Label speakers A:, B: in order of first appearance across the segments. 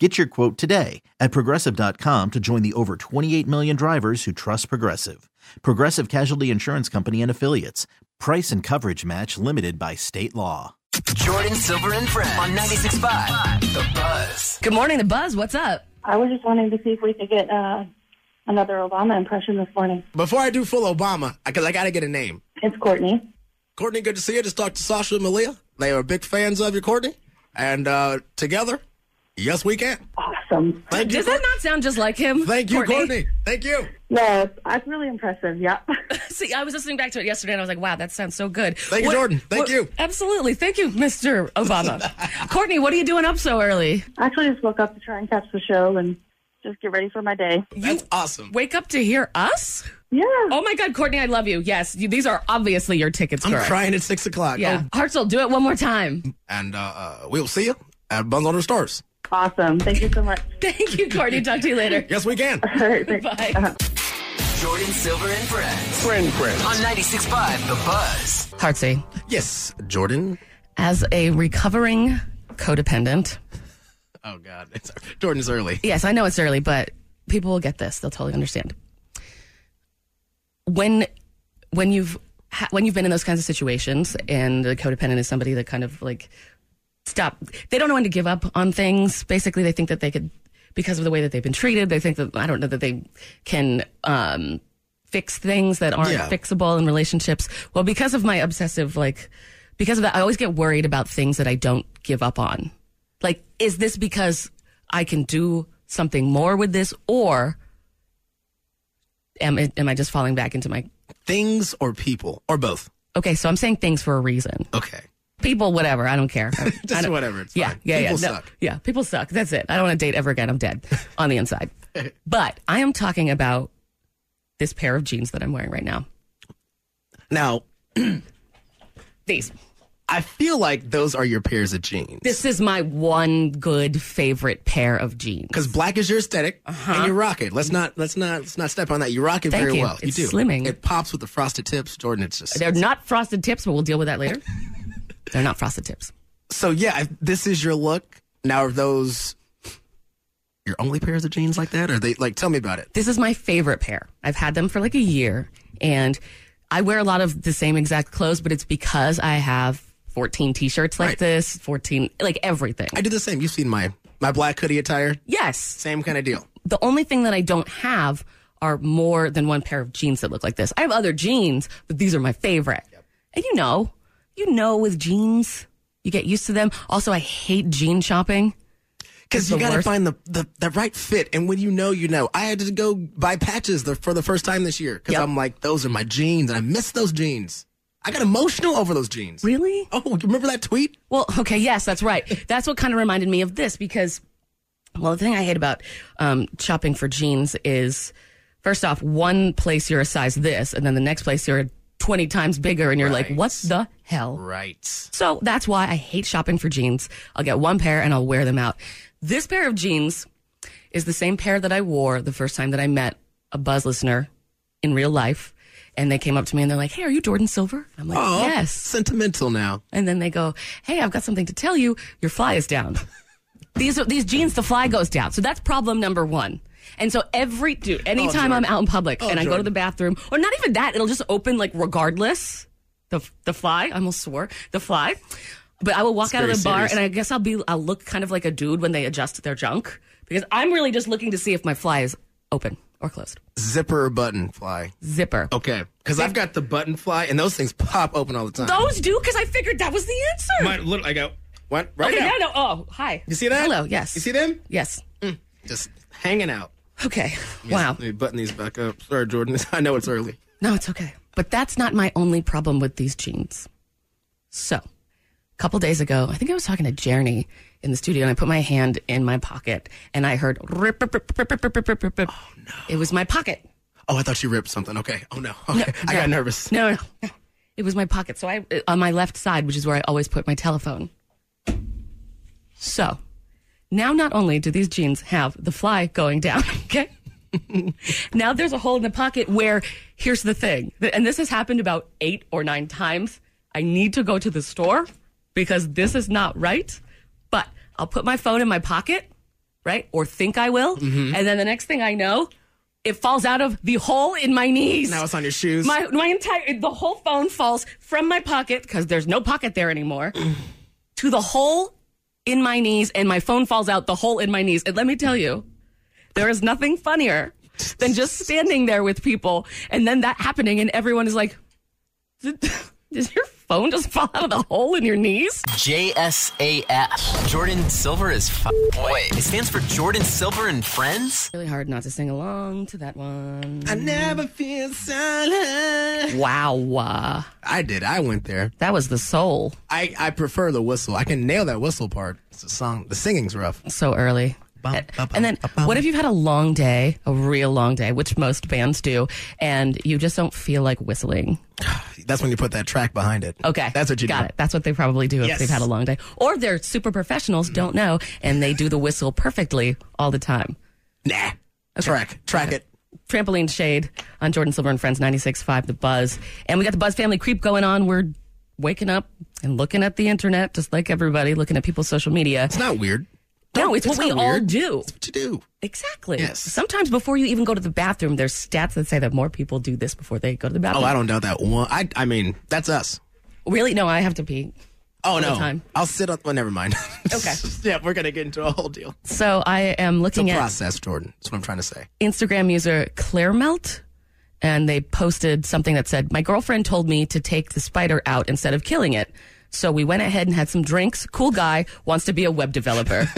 A: Get your quote today at progressive.com to join the over 28 million drivers who trust Progressive. Progressive Casualty Insurance Company and Affiliates. Price and coverage match limited by state law.
B: Jordan Silver and Friends on 96.5 The Buzz.
C: Good morning, the buzz. What's up?
D: I was just wanting to see if we could get uh, another Obama impression this morning.
E: Before I do full Obama, I, cause I gotta get a name.
D: It's Courtney.
E: Courtney, good to see you. Just talked to Sasha and Malia. They are big fans of you, Courtney. And uh, together, yes, we can.
D: Awesome.
E: Thank you.
C: Does that
E: Courtney.
C: not sound just like him?
E: Thank you, Courtney. Thank you.
D: Yeah, that's really impressive. Yeah.
C: See, I was listening back to it yesterday, and I was like, "Wow, that sounds so good."
E: Thank you, Jordan. Thank you.
C: Absolutely. Thank you, Mr. Obama. Courtney, what are you doing up so early?
D: I actually just woke up to try and catch the show and just get ready for my day.
E: That's awesome.
C: Wake up to hear us?
D: Yeah.
C: Oh my God, Courtney, I love you. Yes, you, these are obviously your tickets,
E: I'm
C: girl.
E: crying Oh. at six o'clock.
C: Yeah, Hartzell, do it one more time.
E: Oh, and uh, uh, we'll see you at Buns on the Stars.
D: Awesome. Thank you so much.
C: Thank you, Courtney. Talk to you later.
E: Yes, we can.
D: All right, thanks.
C: Bye.
B: Jordan Silver and Friends
E: Friend, friend.
B: on 96.5 The Buzz.
C: Hartzey,
E: Yes, Jordan.
C: as a recovering codependent,
E: Oh, God. It's, Jordan's early.
C: yes, I know it's early, but people will get this. They'll totally understand. When when you've ha- when you've been in those kinds of situations, and the codependent is somebody that kind of like stop. They don't know when to give up on things. Basically, they think that they could because of the way that they've been treated. They think that I don't know that they can. Um, fix things that aren't
E: Yeah.
C: fixable in relationships well because of my obsessive like because of that i always get worried about things that i don't give up on like is this because i can do something more with this or am, I- am i just falling back into my
E: Things or people or both?
C: okay so i'm saying things for a reason
E: Okay.
C: people whatever i don't care I don't-
E: Just whatever, it's
C: yeah
E: fine.
C: yeah
E: People
C: yeah no,
E: suck.
C: yeah people suck that's it i don't want to date ever again i'm dead on the inside but i am talking about this pair of jeans that i'm wearing right now
E: Now,
C: these
E: I feel like those are your pairs of jeans.
C: This is my one good favorite pair of jeans.
E: because black is your esthetic and you rock it. Let's not let's not let's not step on that. You rock it
C: Uh-huh. Thank
E: very
C: you.
E: well.
C: It's
E: you do.
C: slimming.
E: It pops with the frosted tips, Jordan. It's just
C: They're not frosted tips, but we'll deal with that later. They're not frosted tips.
E: so. Yeah, if this is your look. Now, are those your only pairs of jeans like that, or they like? Tell me about it.
C: This is my favorite pair. I've had them for like a year, and I wear a lot of the same exact clothes, but it's because I have 14 t-shirts like
E: Right.
C: this, 14 like everything.
E: I do the same. You've seen my my black hoodie attire.
C: yes,
E: Same kind of deal.
C: the only thing that I don't have are more than one pair of jeans that look like this. I have other jeans, but these are my favorite. And you know, you know, with jeans, you get used to them. Also, I hate jean shopping.
E: Because you
C: the
E: gotta
C: worst.
E: find the, the the right fit, and when you know, you know. I had to go buy patches the, for the first time this year because
C: Yep.
E: I'm like, those are my jeans, and I miss those jeans. I got emotional over those jeans.
C: Really?
E: Oh, you remember that tweet?
C: Well, okay, yes, that's right. That's what kind of reminded me of this because, well, the thing I hate about um, shopping for jeans is, first off, one place you're a size this, and then the next place you're 20 times bigger, and you're like,
E: Right.
C: what the hell?
E: Right.
C: So that's why I hate shopping for jeans. I'll get one pair and I'll wear them out. This pair of jeans is the same pair that I wore the first time that I met a buzz listener in real life. And they came up to me and they're like, Hey, are you Jordan Silver? I'm like,
E: Oh,
C: Yes.
E: Sentimental now.
C: And then they go, Hey, I've got something to tell you. Your fly is down. these are these jeans, the fly goes down. So that's problem number one. And so every dude, anytime I'm out in public and I go to
E: Oh, Jordan.
C: the bathroom, or not even that, it'll just open like regardless. The the fly, I almost swore the fly. But I will walk out of the
E: very
C: bar
E: serious.
C: and I guess I'll be I'll look kind of like a dude when they adjust their junk because I'm really just looking to see if my fly is open or closed.
E: Zipper or button fly.
C: Zipper.
E: Okay. Because I've got the button fly, and those things pop open all the time.
C: Those do because I figured that was the answer.
E: Mine, look, I go. What? Right
C: okay,
E: now.
C: no, no. Oh, hi.
E: You see that?
C: Hello. Yes.
E: You see them?
C: Yes.
E: Just hanging out.
C: Okay.
E: Yes,
C: Wow.
E: Let me button these back up. Sorry, Jordan. I know it's early.
C: No, it's okay. But that's not my only problem with these jeans. So, a couple days ago, I think I was talking to Jeremy in the studio, and I put my hand in my pocket, and I heard rip, rip, rip, rip, rip, rip, rip, rip, rip. Oh, no. It was my pocket.
E: Oh, I thought you ripped something. Okay. Oh, no. Okay. I got nervous.
C: No, no, no. It was my pocket. So I on my left side, which is where I always put my telephone. So now not only do these jeans have the fly going down, okay? now there's a hole in the pocket where here's the thing. th- And this has happened about 8 or 9 times. I need to go to the store because this is not right. But I'll put my phone in my pocket, right? Or think I will.
E: Mm-hmm.
C: And then the next thing I know, it falls out of the hole in my knees.
E: Now it's on your shoes.
C: My my entire the whole phone falls from my pocket because there's no pocket there anymore to the hole in my knees, and my phone falls out the hole in my knees. And let me tell you, there is nothing funnier than just standing there with people and then that happening, and everyone is like, "Did, did your phone just fall out of the hole in your knees?"
B: JSAF. Jordan Silver is f- Wait, it stands for Jordan Silver and Friends?
C: Really hard not to sing along to that one.
E: I never feel silent.
C: Wow, uh,
E: I did. I went there.
C: that was the soul
E: I, I prefer the whistle. I can nail that whistle part. It's a song. The singing's rough.
C: so early.
E: Bum,
C: And-
E: bum, bum,
C: And then,
E: bum.
C: what if you've had a long day, a real long day, which most bands do, and you just don't feel like whistling?
E: That's when you put that track behind it.
C: Okay.
E: That's what you
C: got
E: do.
C: it. That's what they probably do if
E: Yes.
C: they've had a long day. Or they're super professionals, don't know, and they do the whistle perfectly all the time.
E: Nah. Track. Track it.
C: Trampoline Shade on Jordan Silver and Friends 96.5 The Buzz. And we got the Buzz Family Creep going on. We're waking up and looking at the internet, just like everybody, looking at people's social media.
E: It's not weird.
C: No, it's, what we
E: not
C: all
E: weird.
C: do.
E: It's what you do.
C: Exactly.
E: Yes.
C: Sometimes before you even go to the bathroom, there's stats that say that more people do this before they go to the
E: Oh,
C: bathroom.
E: I don't doubt that one. I, I mean, that's us.
C: really? No, I have to pee.
E: Oh,
C: the
E: no.
C: time.
E: I'll sit up. Well, never mind.
C: Okay.
E: yeah, we're going to get into a whole deal.
C: So I am looking
E: It's a
C: at
E: process, Jordan. That's what I'm trying to say.
C: Instagram user Clairemelt, and they posted something that said, My girlfriend told me to take the spider out instead of killing it. So we went ahead and had some drinks. Cool guy wants to be a web developer.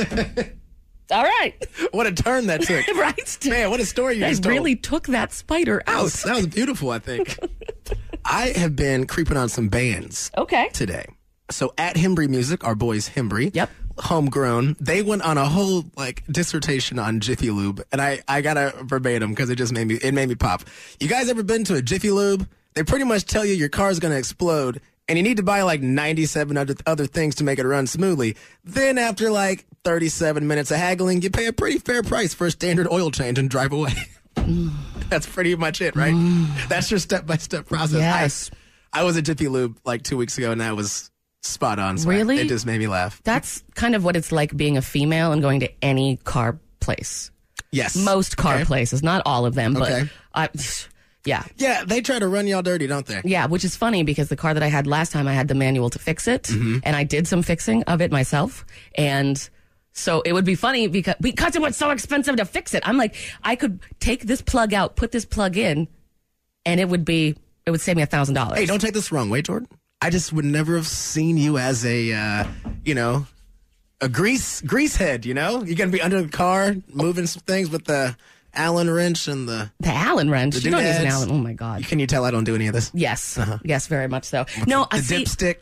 C: All right.
E: What a turn that took.
C: Right?
E: Man, what a story you
C: They
E: just told.
C: really took that spider
E: That
C: out.
E: was, that was beautiful, I think. I have been creeping on some bands
C: Okay.
E: today. So at Hembry Music, our boys Hembry,
C: Yep.
E: homegrown, they went on a whole like dissertation on Jiffy Lube, and I I got a verbatim because it just made me it made me pop. You guys ever been to a Jiffy Lube? They pretty much tell you your car's gonna explode, and you need to buy like ninety seven other other things to make it run smoothly. Then after like thirty seven minutes of haggling, you pay a pretty fair price for a standard oil change and drive away. That's pretty much it, right? That's your step by step process. I-
C: Mm. Yes.
E: I was at Jiffy Lube like two weeks ago, and that was spot on. So I-
C: Really?
E: it just made me laugh.
C: That's kind of what it's like being a female and going to any car place.
E: Yes,
C: Most car
E: Okay.
C: places, not all of them, but
E: Okay.
C: I, yeah.
E: Yeah, they try to run y'all dirty, don't they?
C: Yeah, which is funny because the car that I had last time, I had the manual to fix it,
E: Mm-hmm.
C: and I did some fixing of it myself. And so it would be funny because because it was so expensive to fix it. I'm like, I could take this plug out, put this plug in, and it would be it would save me a thousand dollars.
E: Hey, don't take this the wrong way, Jordan. I just would never have seen you as a, uh, you know, a grease grease head. You know, you're gonna be under the car moving some things with the Allen wrench and the.
C: The Allen wrench. You don't use an
E: doodads.
C: Allen. Oh my god.
E: Can you tell I don't do any of this?
C: Yes. Yes, very much so. No,
E: The
C: I see.
E: dipstick.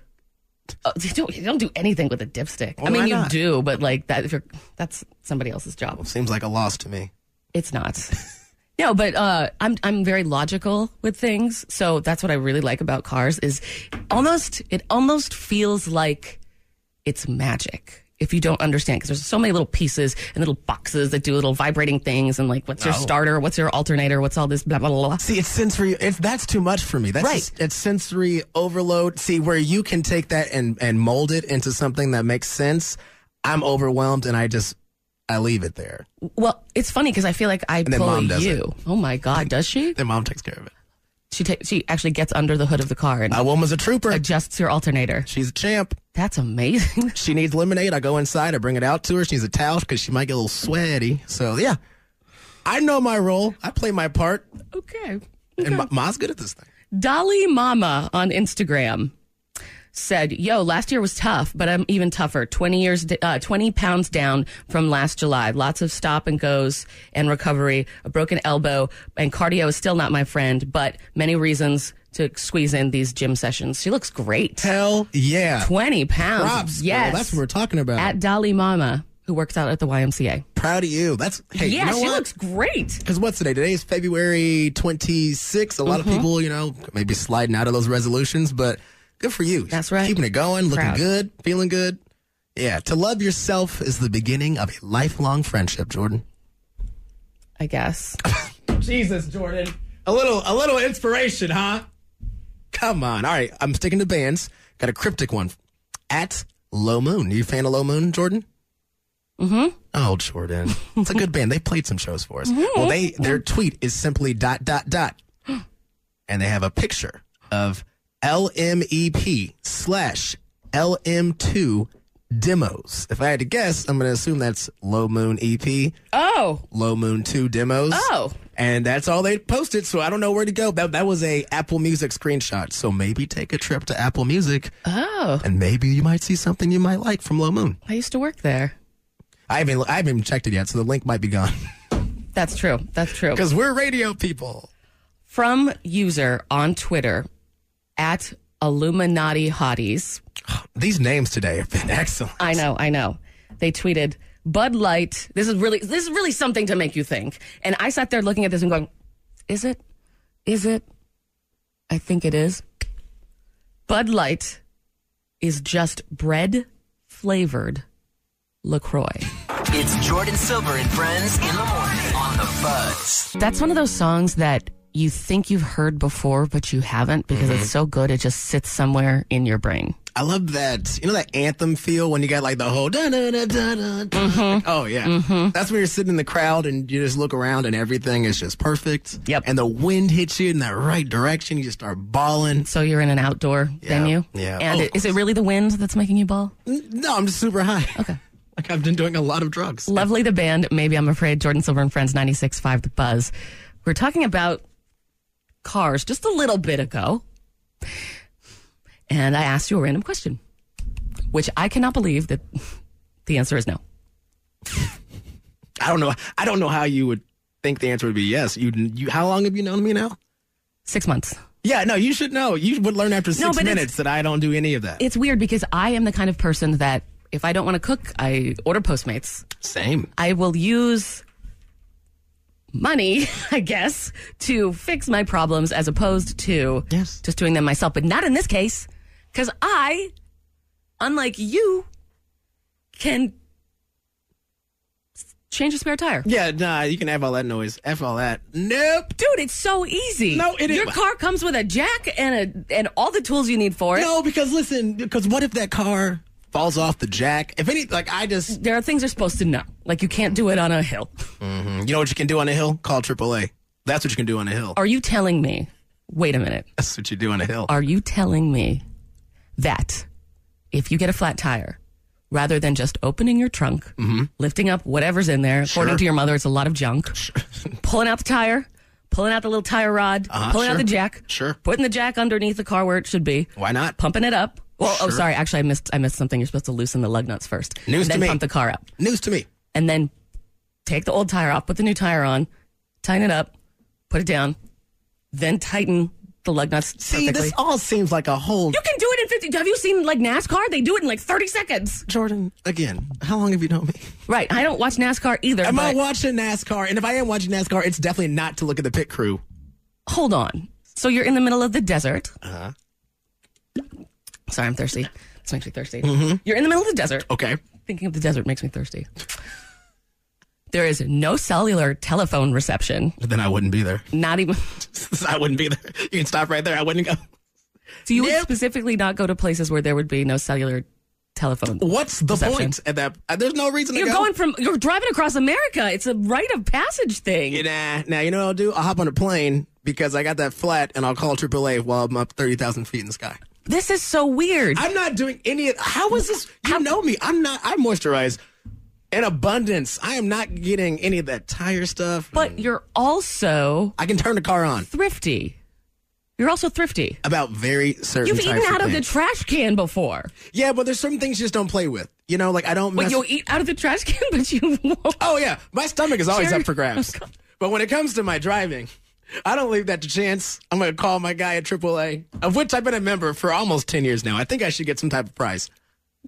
C: uh, you don't, you don't do anything with a dipstick. I
E: Well,
C: mean,
E: why
C: you
E: not?
C: do, but like that, if you're, that's somebody else's job.
E: Seems like a loss to me.
C: It's not. No, but uh, I'm I'm very logical with things, so that's what I really like about cars. Is almost it almost feels like it's magic if you don't understand because there's so many little pieces and little boxes that do little vibrating things and like
E: Oh.
C: what's your starter, what's your alternator, what's all this blah blah blah. blah.
E: See, it's sensory. It's that's too much for me. That's
C: Right.
E: just- it's sensory overload. See, where you can take that and and mold it into something that makes sense. I'm overwhelmed, and I just I leave it there.
C: Well, it's funny because I feel like I
E: then
C: bully
E: mom does
C: you. Oh my god, does she?
E: Then mom takes care of it.
C: She ta- she actually gets under the hood of the car and
E: My woman's a trooper.
C: adjusts your alternator.
E: She's a champ.
C: That's amazing.
E: She needs lemonade. I go inside. I bring it out to her. She needs a towel because she might get a little sweaty. So yeah, I know my role. I play my part,
C: okay.
E: and Ma- Ma's good at this thing.
C: Dolly Mama on Instagram said, "Yo, last year was tough, but I'm even tougher. 20 years uh, 20 pounds down from last July. Lots of stop and goes and recovery, a broken elbow, and cardio is still not my friend, but many reasons to squeeze in these gym sessions. She looks great.
E: Hell yeah.
C: 20 pounds.
E: Props, girl.
C: yes.
E: That's what we're talking about.
C: At Dolly Mama. who works out at the YMCA.
E: Proud of you. That's hey,
C: yeah,
E: you know
C: she
E: what?
C: looks great.
E: Because what's today? Today's February 26th. A lot
C: Mm-hmm.
E: of people, you know, maybe sliding out of those resolutions, but good for you.
C: That's right.
E: Keeping it going, looking
C: Proud.
E: good, feeling good. Yeah, to love yourself is the beginning of a lifelong friendship, Jordan.
C: I guess.
F: Jesus, Jordan. A little, a little inspiration, huh?
E: Come on. All right, I'm sticking to bands. Got a cryptic one. At Low Moon. You a fan of Low Moon, Jordan? Mm-hmm. Oh, Jordan. It's a good band. They played some shows for us. Well, they their tweet is simply dot dot dot. And they have a picture of LMEP slash LM2 demos. If I had to guess, I'm going to assume that's Low Moon E EP,
C: Oh,
E: Low Moon 2 demos.
C: Oh.
E: And that's all they posted, so I don't know where to go. That, that was a Apple Music screenshot. So maybe take a trip to Apple Music
C: oh.
E: and maybe you might see something you might like from Low Moon.
C: I used to work there.
E: I haven't I haven't even checked it yet, so the link might be gone
C: That's true. That's true.
E: because we're radio people.
C: From user on Twitter at Illuminati Hotties.
E: These names today have been excellent.
C: I know, I know. They tweeted Bud Light. This is really this is really something to make you think. And I sat there looking at this and going, "Is it? Is it? I think it is." Bud Light is just bread flavored LaCroix.
B: It's Jordan Silver and friends in the morning on the Buzz.
C: That's one of those songs that you think you've heard before but you haven't because it's so good it just sits somewhere in your brain.
E: I love that. You know that anthem feel when you got like the whole da da da da da.
C: Mm-hmm.
E: Oh yeah, that's when you're sitting in the crowd and you just look around and everything is just perfect.
C: Yep.
E: And the wind hits you in that right direction. You just start bawling.
C: So you're in an outdoor venue.
E: yeah.
C: And
E: Oh,
C: it, is it really the wind that's making you ball?
E: No, I'm just super high. Okay. Like I've been doing a lot of drugs.
C: Lovely the band, Maybe I'm Afraid, Jordan Silver and Friends, 96.5 The Buzz. We're talking about cars just a little bit ago. And I asked you a random question, which I cannot believe that the answer is no.
E: I don't know. I don't know how you would think the answer would be yes. You, you how long have you known me now?
C: Six months.
E: Yeah, no, you should know. You would learn after six
C: but it's-
E: minutes that I don't do any of that.
C: It's weird because I am the kind of person that if I don't want to cook, I order Postmates.
E: Same.
C: I will use money, I guess, to fix my problems as opposed to
E: Yes.
C: just doing them myself. But not in this case, because I, unlike you, can s- change a spare tire.
E: Yeah, nah, you can have all that noise. F all that. Nope.
C: Dude, it's so easy.
E: No, it is-
C: Your car comes with a jack and a and all the tools you need for it.
E: No, because listen, because what if that car falls off the jack? If any, like I just,
C: There are things you're supposed to know. Like you can't do it on a hill.
E: you know what you can do on a hill? Call AAA. That's what you can do on a hill.
C: Are you telling me? Wait a minute.
E: That's what you do on a hill.
C: Are you telling me that if you get a flat tire, rather than just opening your trunk,
E: Mm-hmm.
C: lifting up whatever's in there, according to your mother, it's a lot of junk, pulling out the tire, pulling out the little tire rod, pulling out
E: Uh-huh, sure.
C: the jack,
E: Sure.
C: putting the jack underneath the car where it should be,
E: Why not?
C: pumping it up? Well, oh, sorry, actually, I missed I missed something. You're supposed to loosen the lug nuts first,
E: News
C: and
E: to
C: then
E: me.
C: pump the car up,
E: News to me.
C: and then take the old tire off, put the new tire on, tighten it up, put it down, then tighten the lug nuts.
E: See,
C: perfectly.
E: this all seems like a whole
C: You can do it in 50. Have you seen like NASCAR? They do it in like 30 seconds.
E: Jordan. Again, how long have you known me?
C: Right. I don't watch NASCAR either.
E: Am I
C: but
E: watching NASCAR? And if I am watching NASCAR, it's definitely not to look at the pit crew.
C: hold on. So you're in the middle of the desert. Uh-huh. Sorry, I'm thirsty. This makes me thirsty. You're in the middle of the desert.
E: Okay.
C: Thinking of the desert makes me thirsty. There is no cellular telephone reception.
E: Then I wouldn't be there.
C: Not even.
E: I wouldn't be there. You can stop right there. I wouldn't go.
C: So you would specifically not go to places where there would be no cellular telephone.
E: What's the
C: Reception.
E: point at that? uh, There's no reason
C: You're
E: to go.
C: going from. You're driving across America. It's a rite of passage thing.
E: Nah, nah. You know what I'll do? I'll hop on a plane because I got that flat, and I'll call AAA while I'm up thirty thousand feet in the sky.
C: this is so weird.
E: I'm not doing any. of How is this? You know me. I'm not. I moisturize in abundance. I am not getting any of that tire stuff. Mm.
C: but you're also
E: I can turn the car on
C: thrifty. You're also thrifty.
E: about very certain.
C: You've
E: types
C: eaten out of the
E: things.
C: trash can before.
E: yeah, but there's certain things you just don't play with. You know, like I don't.
C: But
E: mess-
C: you'll eat out of the trash can, but you won't.
E: Oh yeah, my stomach is always
C: Jerry- oh,
E: up for grabs. But when it comes to my driving, I don't leave that to chance. I'm going to call my guy at AAA, of which I've been a member for almost ten years now. I think I should get some type of prize.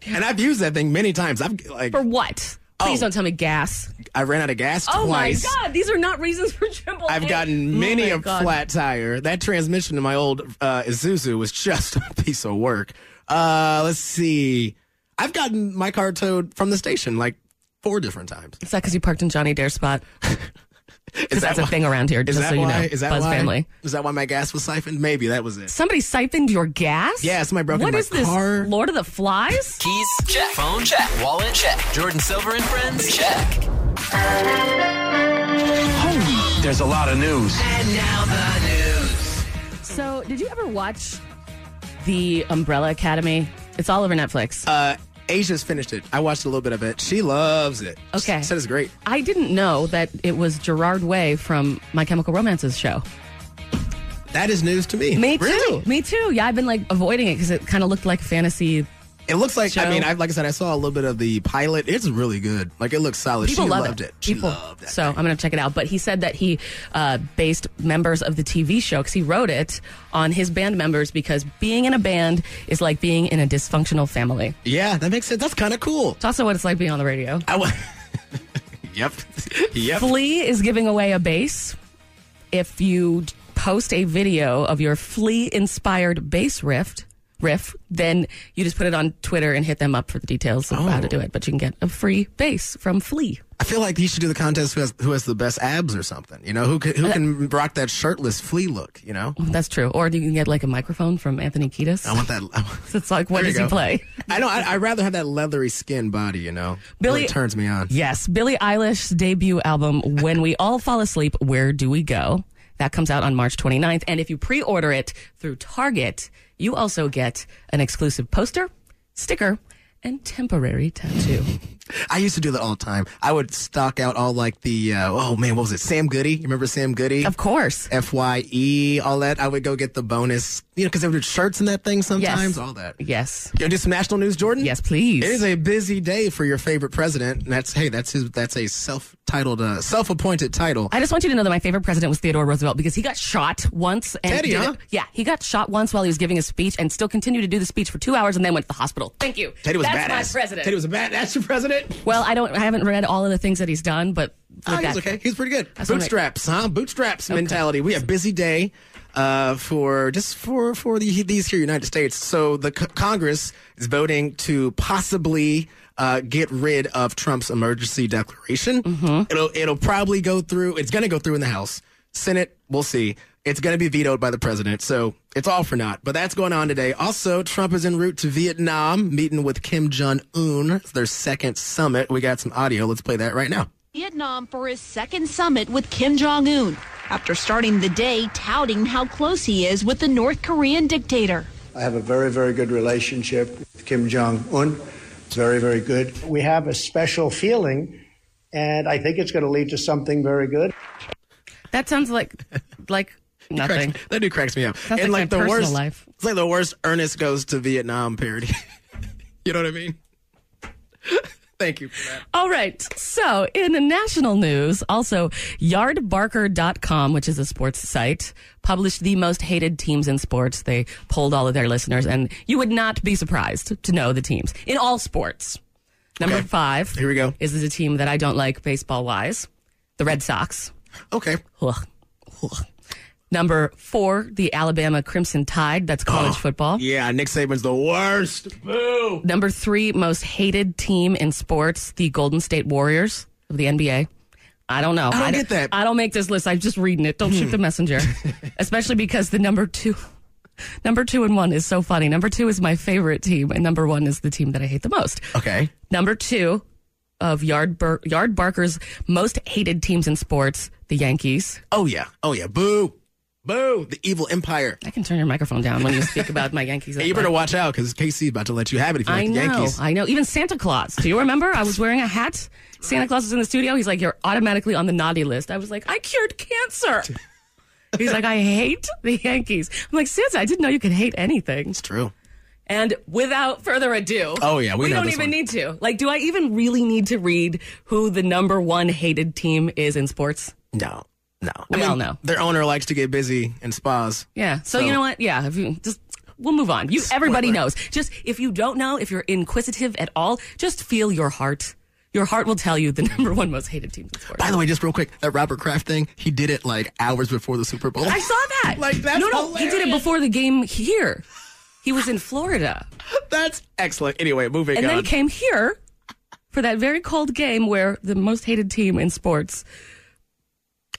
E: And I've used that thing many times. I've like
C: For what? Please don't tell me gas.
E: I ran out of gas
C: Oh
E: twice.
C: my God, these are not reasons for triple.
E: I've
C: A.
E: gotten many
C: Oh my
E: a
C: God.
E: flat tire. That transmission in my old uh, Isuzu was just a piece of work. Uh, let's see. I've gotten my car towed from the station like four different times.
C: It's not because you parked in Johnny Dare spot.
E: Is
C: that's a
E: why-
C: thing around here,
E: Is
C: just
E: that
C: so you
E: why?
C: know.
E: Is that
C: Buzz
E: why?
C: family.
E: Is that why my gas was siphoned? Maybe that was it.
C: Somebody siphoned your gas.
E: Yeah, somebody broke
C: What
E: into my
C: is this?
E: car.
C: Lord of the Flies.
B: Keys? Check. Phone? Check. Wallet? Check. Jordan Silver and Friends? Check.
G: There's a lot of news.
C: So, did you ever watch the Umbrella Academy? It's all over Netflix.
E: Uh, Asia's finished it. I watched a little bit of it. She loves it.
C: Okay.
E: She said it's great.
C: I didn't know that it was Gerard Way from My Chemical Romance's show.
E: That is news to me.
C: Me too.
E: Really?
C: Me too. Yeah, I've been like avoiding it because it kind of looked like fantasy.
E: It looks like I
C: Show.
E: mean, I, like I said, I saw a little bit of the pilot. It's really good. Like it looks solid.
C: People
E: she
C: love
E: loved it.
C: it.
E: She
C: People.
E: loved it.
C: so I'm gonna check it out. But he said that he uh, based members of the TV show because he wrote it on his band members because being in a band is like being in a dysfunctional family.
E: Yeah, that makes sense. That's kind of cool.
C: It's also what it's like being on the radio.
E: I w- yep. Yep.
C: Flea is giving away a bass if you d- post a video of your flea inspired bass riff riff then you just put it on twitter and hit them up for the details of how to
E: Oh.
C: do it but you can get a free bass from flea
E: I feel like you should do the contest who has who has the best abs or something. You know, who can,
C: Uh,
E: who can rock that shirtless flea look, you know?
C: Oh, that's true or you can get like a microphone from anthony
E: I
C: kiedis
E: want that I want-
C: it's like what
E: There you
C: does he
E: go.
C: play
E: I know. I, I'd rather have that leathery skin body. You know,
C: Billy-
E: Really turns me on.
C: yes billie eilish's debut album when we all fall asleep where do we go that comes out on march 29th and if you pre-order it through target you also get an exclusive poster sticker and temporary tattoo
E: I used to do that all the time. I would stock out all like the uh, oh man, what was it? Sam Goody. You remember Sam Goody?
C: Of course.
E: F Y E. All that. I would go get the bonus. You know, because they would do shirts and that thing sometimes. All that. You
C: Yes.
E: wanna do some national news, Jordan.
C: Yes, please.
E: It is a busy day for your favorite president. And that's hey, that's his. That's a self-titled, uh, self-appointed title.
C: I just want you to know that my favorite president was Theodore Roosevelt because he got shot once. And
E: Teddy,
C: did
E: huh?
C: it- Yeah, he got shot once while he was giving a speech and still continued to do the speech for two hours and then went to the hospital. Thank you.
E: Teddy was
C: That's
E: badass.
C: my president.
E: Teddy was a badass your president.
C: well, I don't. I haven't read all of the things that he's done, but
E: Oh,
C: like
E: he was
C: that-
E: okay. He was pretty good.
C: That's all right.
E: Bootstraps, huh? Bootstraps mentality. We have a busy day uh, for just for for the, these here United States. So the c- Congress is voting to possibly uh, get rid of Trump's emergency declaration. It'll it'll probably go through. It's going to go through in the House, Senate. We'll see. It's going to be vetoed by the president, so it's all for naught. But that's going on today. Also, Trump is en route to Vietnam, meeting with Kim Jong Un. It's their second summit. We got some audio. Let's play that right now.
H: Vietnam for his second summit with Kim Jong un after starting the day touting how close he is with the North Korean dictator.
I: I have a very, very good relationship with Kim Jong un. It's very, very good. We have a special feeling, and I think it's going to lead to something very good.
C: That sounds like like nothing.
E: Cracks- that dude cracks me up.
C: Sounds like my personal
E: worst,
C: life.
E: it's like the worst Ernest goes to Vietnam parody. you know what I mean? Thank you for that.
C: All right. So, in the national news, also yardbarker.com, which is a sports site, published the most hated teams in sports. They polled all of their listeners, and you would not be surprised to know the teams in all sports. Number
E: Okay.
C: five.
E: Here we go.
C: Is a team that I don't like baseball wise, the Red Sox.
E: Okay.
C: Ugh. Ugh. Number four, the Alabama Crimson Tide. That's college football.
E: Yeah, Nick Saban's the worst. Boo.
C: Number three most hated team in sports, the Golden State Warriors of the NBA. I don't know. I
E: don't get that. Hmm.
C: I don't make this list. I'm just reading it. Don't shoot the messenger. Especially because the number two, number two and one is so funny. Number two is my favorite team, and number one is the team that I hate the most.
E: Okay.
C: Number two of Yard, Bar- Yard Barker's most hated teams in sports, the Yankees.
E: Oh yeah. Oh yeah. Boo. Boo. The evil empire.
C: I can turn your microphone down when you speak about my Yankees.
E: Hey, you better watch out because KC's about to let you have it if you
C: I
E: like the
C: know.
E: Yankees.
C: I know. Even Santa Claus. Do you remember? I was wearing a hat. Santa Claus was in the studio. He's like, You're automatically on the naughty list. I was like, I cured cancer. He's like, I hate the Yankees. I'm like, Santa, I didn't know you could hate anything.
E: It's true.
C: And without further ado,
E: Oh, yeah, we know
C: don't
E: this
C: even
E: one.
C: need to. Like, do I even really need to read who the number one hated team is in sports?
E: No. No.
C: We all know.
E: Their owner likes to get busy in spas.
C: Yeah. So,
E: So-
C: you know what? Yeah. If you just we'll move on. You everybody
E: Spoiler.
C: knows. Just if you don't know, if you're inquisitive at all, just feel your heart. Your heart will tell you the number one most hated teams in sports.
E: By the way, just real quick, that Robert Kraft thing, he did it like hours before the Super Bowl.
C: I saw that.
E: Like, that's
C: no, no, he did it
E: hilarious.
C: before the game here. He was in Florida
E: That's excellent. Anyway, moving
C: and
E: on.
C: then came here for that very cold game where the most hated team in sports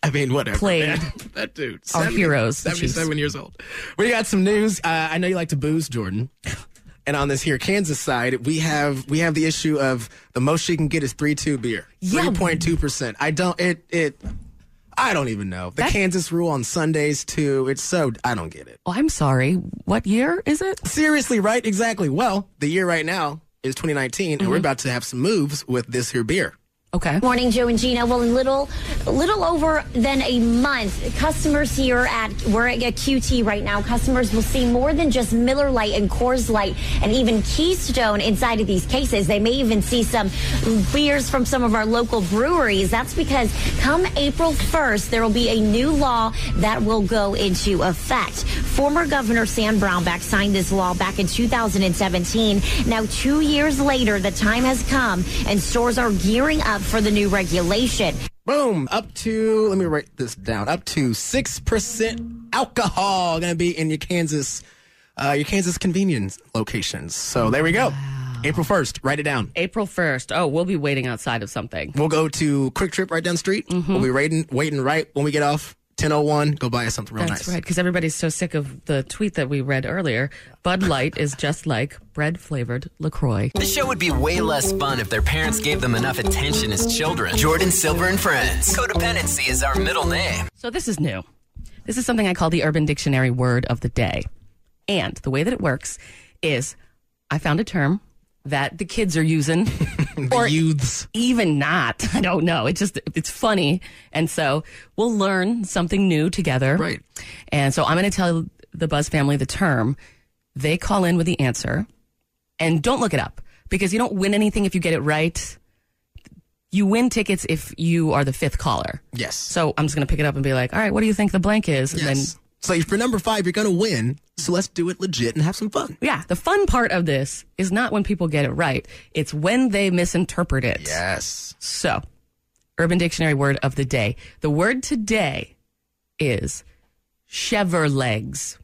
E: I mean, whatever.
C: played
E: man. that dude.
C: our heroes, the Chiefs.
E: 77 years old. We got some news. Uh, I know you like to booze, Jordan. And on this here Kansas side, we have we have the issue of the most she can get is three two beer,
C: Yeah.
E: three point two percent. I don't it it. I don't even know the
C: That's-
E: Kansas rule on Sundays too. It's so I don't get it.
C: Oh, I'm sorry. What year is it?
E: Seriously, right? Exactly. Well, the year right now is 2019, and
C: Mm-hmm.
E: we're about to have some moves with this here beer.
C: Okay.
J: Morning, Joe and Gina. Well, in little, little over than a month, customers here at we're at a QT right now. Customers will see more than just Miller Lite and Coors Light, and even Keystone inside of these cases. They may even see some beers from some of our local breweries. That's because come April 1st, there will be a new law that will go into effect. Former Governor Sam Brownback signed this law back in 2017. Now, two years later, the time has come, and stores are gearing up for the new regulation.
E: Boom! Up to let me write this down. Up to six percent alcohol going to be in your Kansas, uh, your Kansas convenience locations. So there we go. April first, write it down.
C: April 1st. Oh, we'll be waiting outside of something.
E: We'll go to Quick Trip right down the street.
C: Mm-hmm.
E: We'll be waiting, waiting right when we get off. Ten oh one. Go buy us something real
C: That's
E: nice.
C: right, because everybody's so sick of the tweet that we read earlier. Bud Light is just like bread flavored LaCroix.
B: This show would be way less fun if their parents gave them enough attention as children. Jordan Silver and Friends. Codependency is our middle name.
C: So this is new. This is something I call the Urban Dictionary word of the day. And the way that it works is I found a term that the kids are using or
E: Youths.
C: even not. I don't know. It just it's funny. And so we'll learn something new together.
E: Right.
C: And so I'm going to tell the Buzz family the term. They call in with the answer and don't look it up because you don't win anything if you get it right. You win tickets if you are the fifth caller.
E: Yes.
C: So I'm just going to pick it up and be like, "All right, what do you think the blank is?" And
E: yes.
C: then
E: so if you're number five, you're going to win. So let's do it legit and have some fun.
C: yeah, the fun part of this is not when people get it right. It's when they misinterpret it.
E: Yes.
C: So, Urban Dictionary word of the day. The word today is Chevrolegs.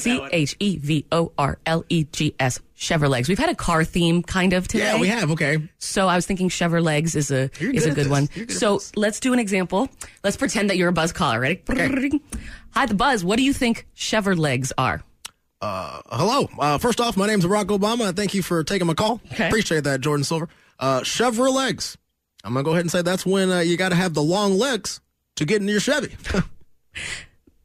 C: C H E V O R L E G S. Chevrolegs. We've had a car theme kind of today.
E: Yeah, we have. Okay.
C: So I was thinking Chevrolegs is a
E: You're
C: is
E: good
C: a
E: at
C: good
E: this.
C: one.
E: You're good at
C: so
E: this.
C: let's do an example. Let's pretend that you're a buzz caller. Ready? Hi, the buzz. What do you think Chevrolegs are?
E: Hello. Uh, first off, my name's Barack Obama. and Thank you for taking my call.
C: Okay.
E: Appreciate that, Jordan Silver. Uh, shove your legs. I'm going to go ahead and say that's when uh, you got to have the long legs to get into your Chevy.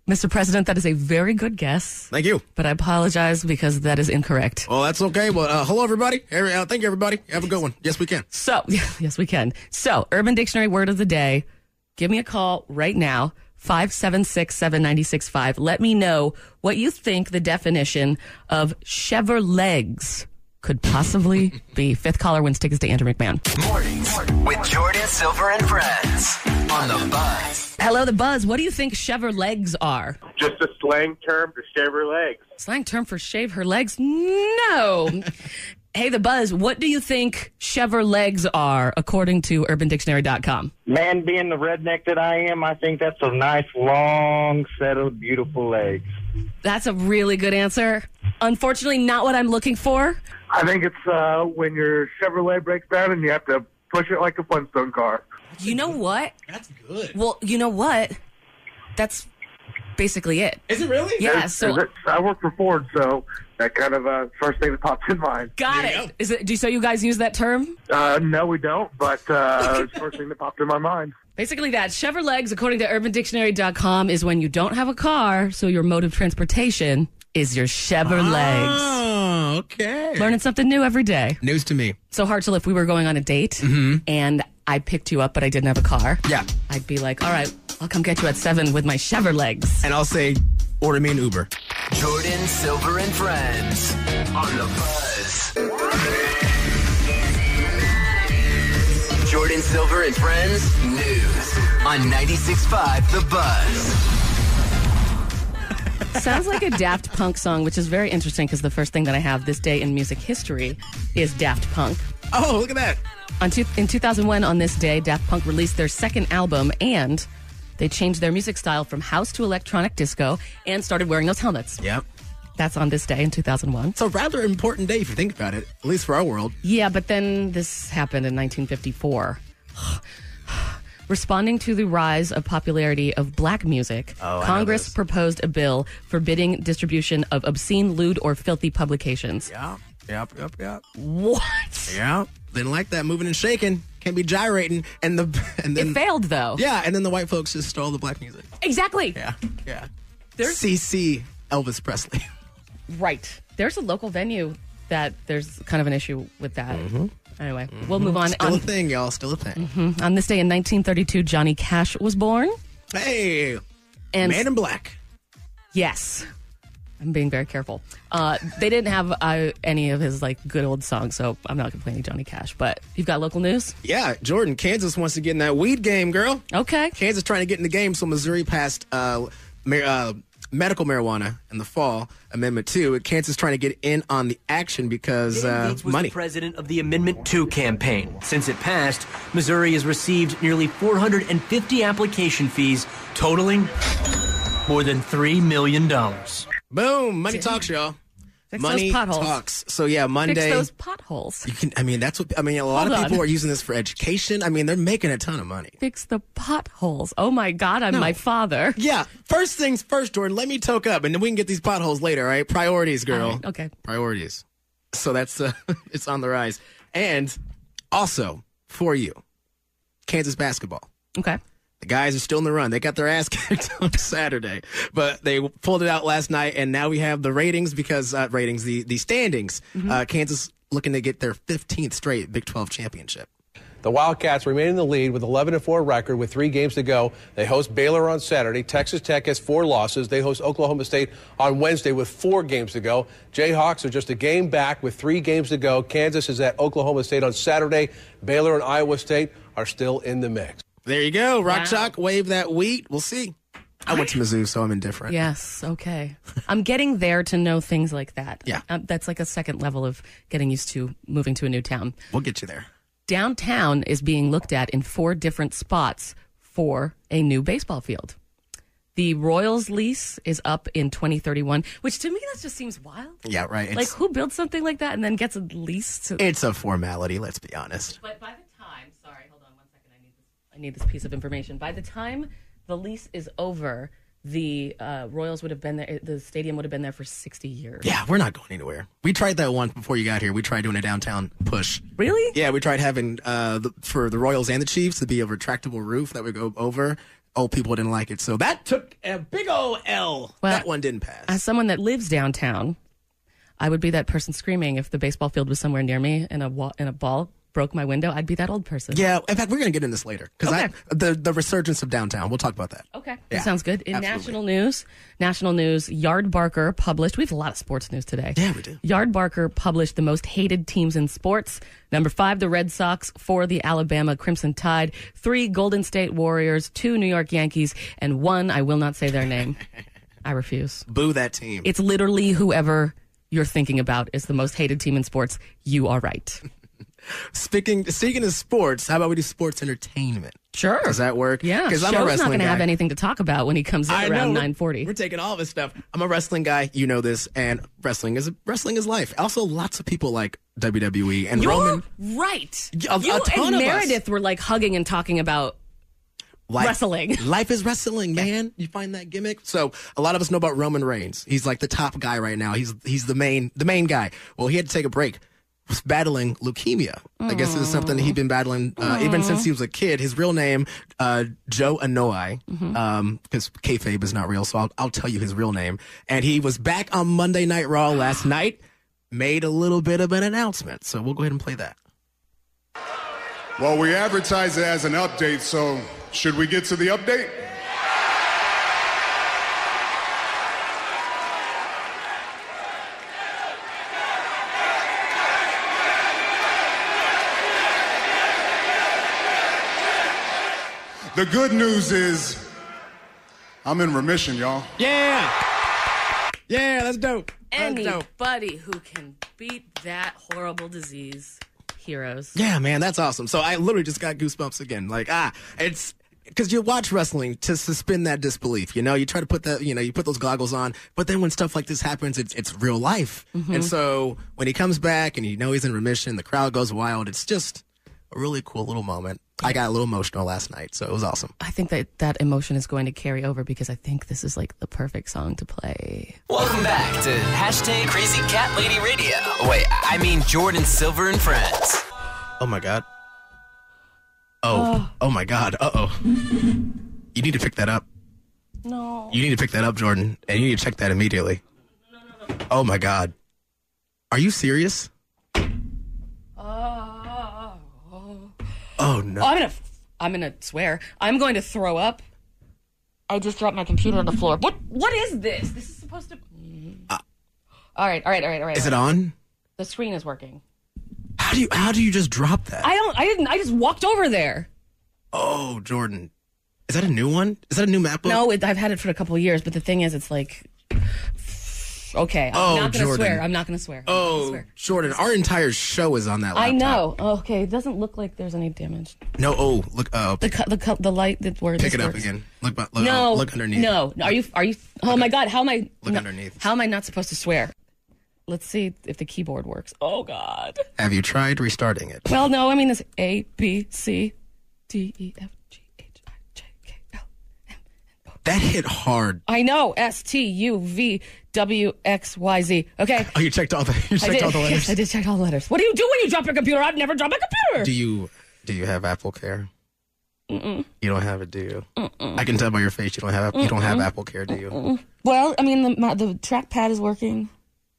C: Mr. President, that is a very good guess,
E: Thank you.
C: but I apologize because that is incorrect.
E: Well, that's okay. Well, uh, hello, everybody. Every, uh, thank you, everybody. Have a good one. Yes, we can.
C: So, yes, we can. So, Urban Dictionary word of the day. Give me a call right now, 576 7965. Let me know what you think the definition of Chevrolegs could possibly be. Fifth caller wins tickets to Andrew McMahon.
B: Mornings with Jordan Silver and Friends on the bus.
C: Hello, The Buzz. What do you think Chevrolegs are?
G: Just a slang term to shave your legs.
C: Slang term for shave her legs? No. hey, The Buzz, what do you think Chevrolegs are according to UrbanDictionary.com?
G: Man, being the redneck that I am, I think that's a nice, long set of beautiful legs.
C: That's a really good answer. Unfortunately, not what I'm looking for.
G: I think it's uh, when your Chevrolet breaks down and you have to push it like a Flintstone car.
C: You know what? That's good. Well, you know what? That's basically it.
F: Is it really?
C: Yeah,
G: Is-
C: so
G: is it- I work for Ford, so that kind of uh, first thing that pops in mind.
C: got
E: There you
C: it. Is it do so you guys use that term?
G: Uh, no, we don't, but uh, it's the first thing that popped in my mind.
C: Basically that Chevrolegs according to urbandictionary.com is when you don't have a car, so your mode of transportation is your
E: Ah.
C: Chevrolegs.
E: Oh, okay.
C: Learning something new every day.
E: News to me.
C: So Hartzell, if we were going on a date and I picked you up but I didn't have a car,
E: Yeah.
C: I'd be like, "All right, I'll come get you at 7 with my Chevrolegs."
E: And I'll say, order me an Uber.
B: Jordan Silver and Friends on the bus. Jordan Silver and Friends news on 96.5 The Buzz.
C: Sounds like a Daft Punk song, which is very interesting because the first thing that I have this day in music history is Daft Punk.
E: Oh, look at that.
C: On two, in 2001, on this day, Daft Punk released their second album and they changed their music style from house to electronic disco and started wearing those helmets.
E: Yep.
C: That's on this day in 2001.
E: It's a rather important day if you think about it, at least for our world.
C: Yeah, but then this happened in 1954. Responding to the rise of popularity of black music,
K: Oh, I know
C: Congress
K: this.
C: proposed a bill forbidding distribution of obscene, lewd, or filthy publications.
E: Yeah. Yep, yep, yep.
C: What?
E: Yeah. Didn't like that moving and shaking. Can't be gyrating. And the and then
C: It failed, though.
E: Yeah, and then the white folks just stole the black music.
C: Exactly.
E: Yeah. Yeah.
C: There's-
E: CC Elvis Presley.
C: Right. There's a local venue that there's kind of an issue with that.
E: Mhm.
C: Anyway, we'll move on.
E: Still a
C: on,
E: thing, y'all. Mm-hmm. Still a thing.
C: Mhm. On this day in 1932, Johnny Cash was born.
E: Hey.
C: And-
E: Man in Black.
C: Yes. I'm being very careful. Uh, they didn't have uh, any of his like good old songs, so I'm not complaining, Johnny Cash. But you've got local news.
E: Yeah, Jordan, Kansas wants to get in that weed game, girl.
C: Okay.
E: Kansas trying to get in the game, so Missouri passed uh, mar- uh, medical marijuana in the fall, Amendment 2. Kansas trying to get in on the action because uh,
L: Gates was
E: money.
L: the president of the Amendment 2 campaign. Since it passed, Missouri has received nearly 450 application fees totaling more than $3 million.
E: Boom, money talks, y'all.
L: Fix those
E: money
L: potholes.
E: talks. So yeah, Monday.
C: Fix those potholes.
E: you can, I mean, that's what I mean. A lot
C: Hold
E: of people
C: on.
E: are using this for education. I mean, they're making a ton of money.
C: Fix the potholes. Oh my God, I'm
E: No.
C: my father.
E: Yeah. First things first, Jordan. Let me toke up, and then we can get these potholes later. All right. Priorities, girl.
C: All right, okay.
E: Priorities. So that's uh, it's on the rise, and also for you, Kansas basketball.
C: Okay.
E: The guys are still in the run. They got their ass kicked on Saturday, but they pulled it out last night, and now we have the ratings because uh, ratings the the standings.
C: Mm-hmm.
E: Uh, Kansas looking to get their 15th straight Big 12 championship.
M: The Wildcats remain in the lead with 11 4 record with three games to go. They host Baylor on Saturday. Texas Tech has four losses. They host Oklahoma State on Wednesday with four games to go. Jayhawks are just a game back with three games to go. Kansas is at Oklahoma State on Saturday. Baylor and Iowa State are still in the mix.
E: There you go, Rock Chalk. Wave that wheat. We'll see. I went to Mizzou, so I'm indifferent.
C: Yes. Okay. I'm getting there to know things like that.
E: Yeah.
C: Um, that's like a second level of getting used to moving to a new town.
E: We'll get you there.
C: Downtown is being looked at in four different spots for a new baseball field. The Royals lease is up in 2031, which to me that just seems wild.
E: Yeah, right. It's,
C: like who builds something like that and then gets a lease to
E: it's a formality. Let's be honest.
C: But by the time, sorry, hold on one second. I need this. I need this piece of information. By the time the lease is over, the uh, Royals would have been there. The stadium would have been there for sixty years.
E: Yeah, we're not going anywhere. We tried that once before you got here. We tried doing a downtown push.
C: Really?
E: Yeah, we tried having uh, the, for the Royals and the Chiefs to be a retractable roof that would go over. Old people didn't like it, so that took a big old L. that one didn't pass.
C: As someone that lives downtown, I would be that person screaming if the baseball field was somewhere near me and a wa- and a ball broke my window. I'd be that old person.
E: Yeah, in fact, we're gonna get in this later because
C: Okay.
E: the the resurgence of downtown. We'll talk about that.
C: Okay,
E: Yeah,
C: that sounds good. In
E: absolutely.
C: national news, national news, Yard Barker published. We have a lot of sports news today. Yeah, we do. Yard Barker published the most hated teams in sports. Number five, the Red Sox. Four, the Alabama Crimson Tide. Three, Golden State Warriors. Two, New York Yankees. And one, I will not say their name. I refuse.
E: Boo that team.
C: It's literally whoever you're thinking about is the most hated team in sports. You are right.
E: Speaking speaking of sports, how about we do sports entertainment?
C: Sure.
E: Does that work?
C: Yeah,
E: Because I'm a
C: Show's
E: wrestling
C: not going to
E: guy.
C: have anything to talk about when he comes in
E: I know,
C: around
E: we're-
C: nine forty.
E: We're taking all this stuff. I'm a wrestling guy. You know this, and wrestling is wrestling is life. Also, lots of people like WWE and
C: You're
E: Roman.
C: right.
E: Y- a- a
C: you
E: ton
C: and
E: of us.
C: Meredith were like hugging and talking about
E: Life,
C: wrestling.
E: life is wrestling, man. You find that gimmick. So a lot of us know about Roman Reigns. He's like the top guy right now. He's he's the main the main guy. Well, he had to take a break. Was battling leukemia. I guess this is something he'd been battling uh, even
N: Aw.
E: since he was a kid. His real name, uh, Joe Anoa'i, because kayfabe is not real. So I'll, I'll tell you his real name. And he was back on Monday Night Raw last night. Made a little bit of an announcement. So we'll go ahead and play that.
O: Well, we advertise it as an update, so should we get to the update? The good news is I'm in remission, y'all.
E: Yeah. Yeah, that's dope.
C: Anybody who can beat that horrible disease heroes.
E: Yeah, man, that's awesome. So I literally just got goosebumps again. Like, ah, it's because you watch wrestling to suspend that disbelief. You know, you try to put that, you know, you put those goggles on, but then when stuff like this happens, it's it's real life.
K: Mhm.
E: And so when he comes back and you know he's in remission, the crowd goes wild. It's just a really cool little moment. I got a little emotional last night, so it was awesome.
C: I think that that emotion is going to carry over because I think this is like the perfect song to play.
B: Welcome back to hashtag Crazy Cat Lady Radio. Wait, I mean Jordan Silver and Friends.
E: Oh my god. Oh, oh, my god. Uh oh. You need to pick that up.
C: No.
E: You need to pick that up, Jordan, and you need to check that immediately. Oh my god. Are you serious? Oh no.
C: I'm gonna, I'm gonna swear. I'm going to throw up. I just dropped my computer on the floor. What? What is this? This is supposed to. all right, all right, all right, all right.
E: Uh, Is it
C: all right.
E: on?
C: The screen is working.
E: How do you how do you just drop that?
C: I don't. I didn't. I just walked over there.
E: Oh, Jordan. Is that a new one? Is that a new map?
C: No, it, I've had it for a couple of years, but the thing is, it's like. Okay, I'm
E: Oh,
C: not gonna
E: Jordan.
C: swear. I'm not gonna swear.
E: Oh, Jordan, our entire show is on that
C: I
E: laptop.
C: know. Okay, it doesn't look like there's any damage.
E: No, oh, look uh
C: The co- the co- the light that where
E: pick
C: this
E: it up
C: works.
E: again. Look bu- look,
C: No,
E: look underneath.
C: No, are you are you? Oh my God, how am I?
E: Look
C: no,
E: underneath.
C: How am I not supposed to swear? Let's see if the keyboard works. Oh God.
E: Have you tried restarting it?
C: Well, no, I mean this A B C D E F.
E: That hit hard.
C: I know S T U V W X Y Z. Okay.
E: Oh, you checked all the you
C: I
E: checked
C: did,
E: all the letters.
C: Yes, I did check all the letters. What do you do when you drop your computer? I've never dropped my computer.
E: Do you do you have Apple Care?
C: Mm-mm.
E: You don't have it, do you? I can tell by your face you don't have you don't have
C: Mm-mm.
E: Apple Care, do you?
C: Mm. Well, I mean the my, the trackpad is working.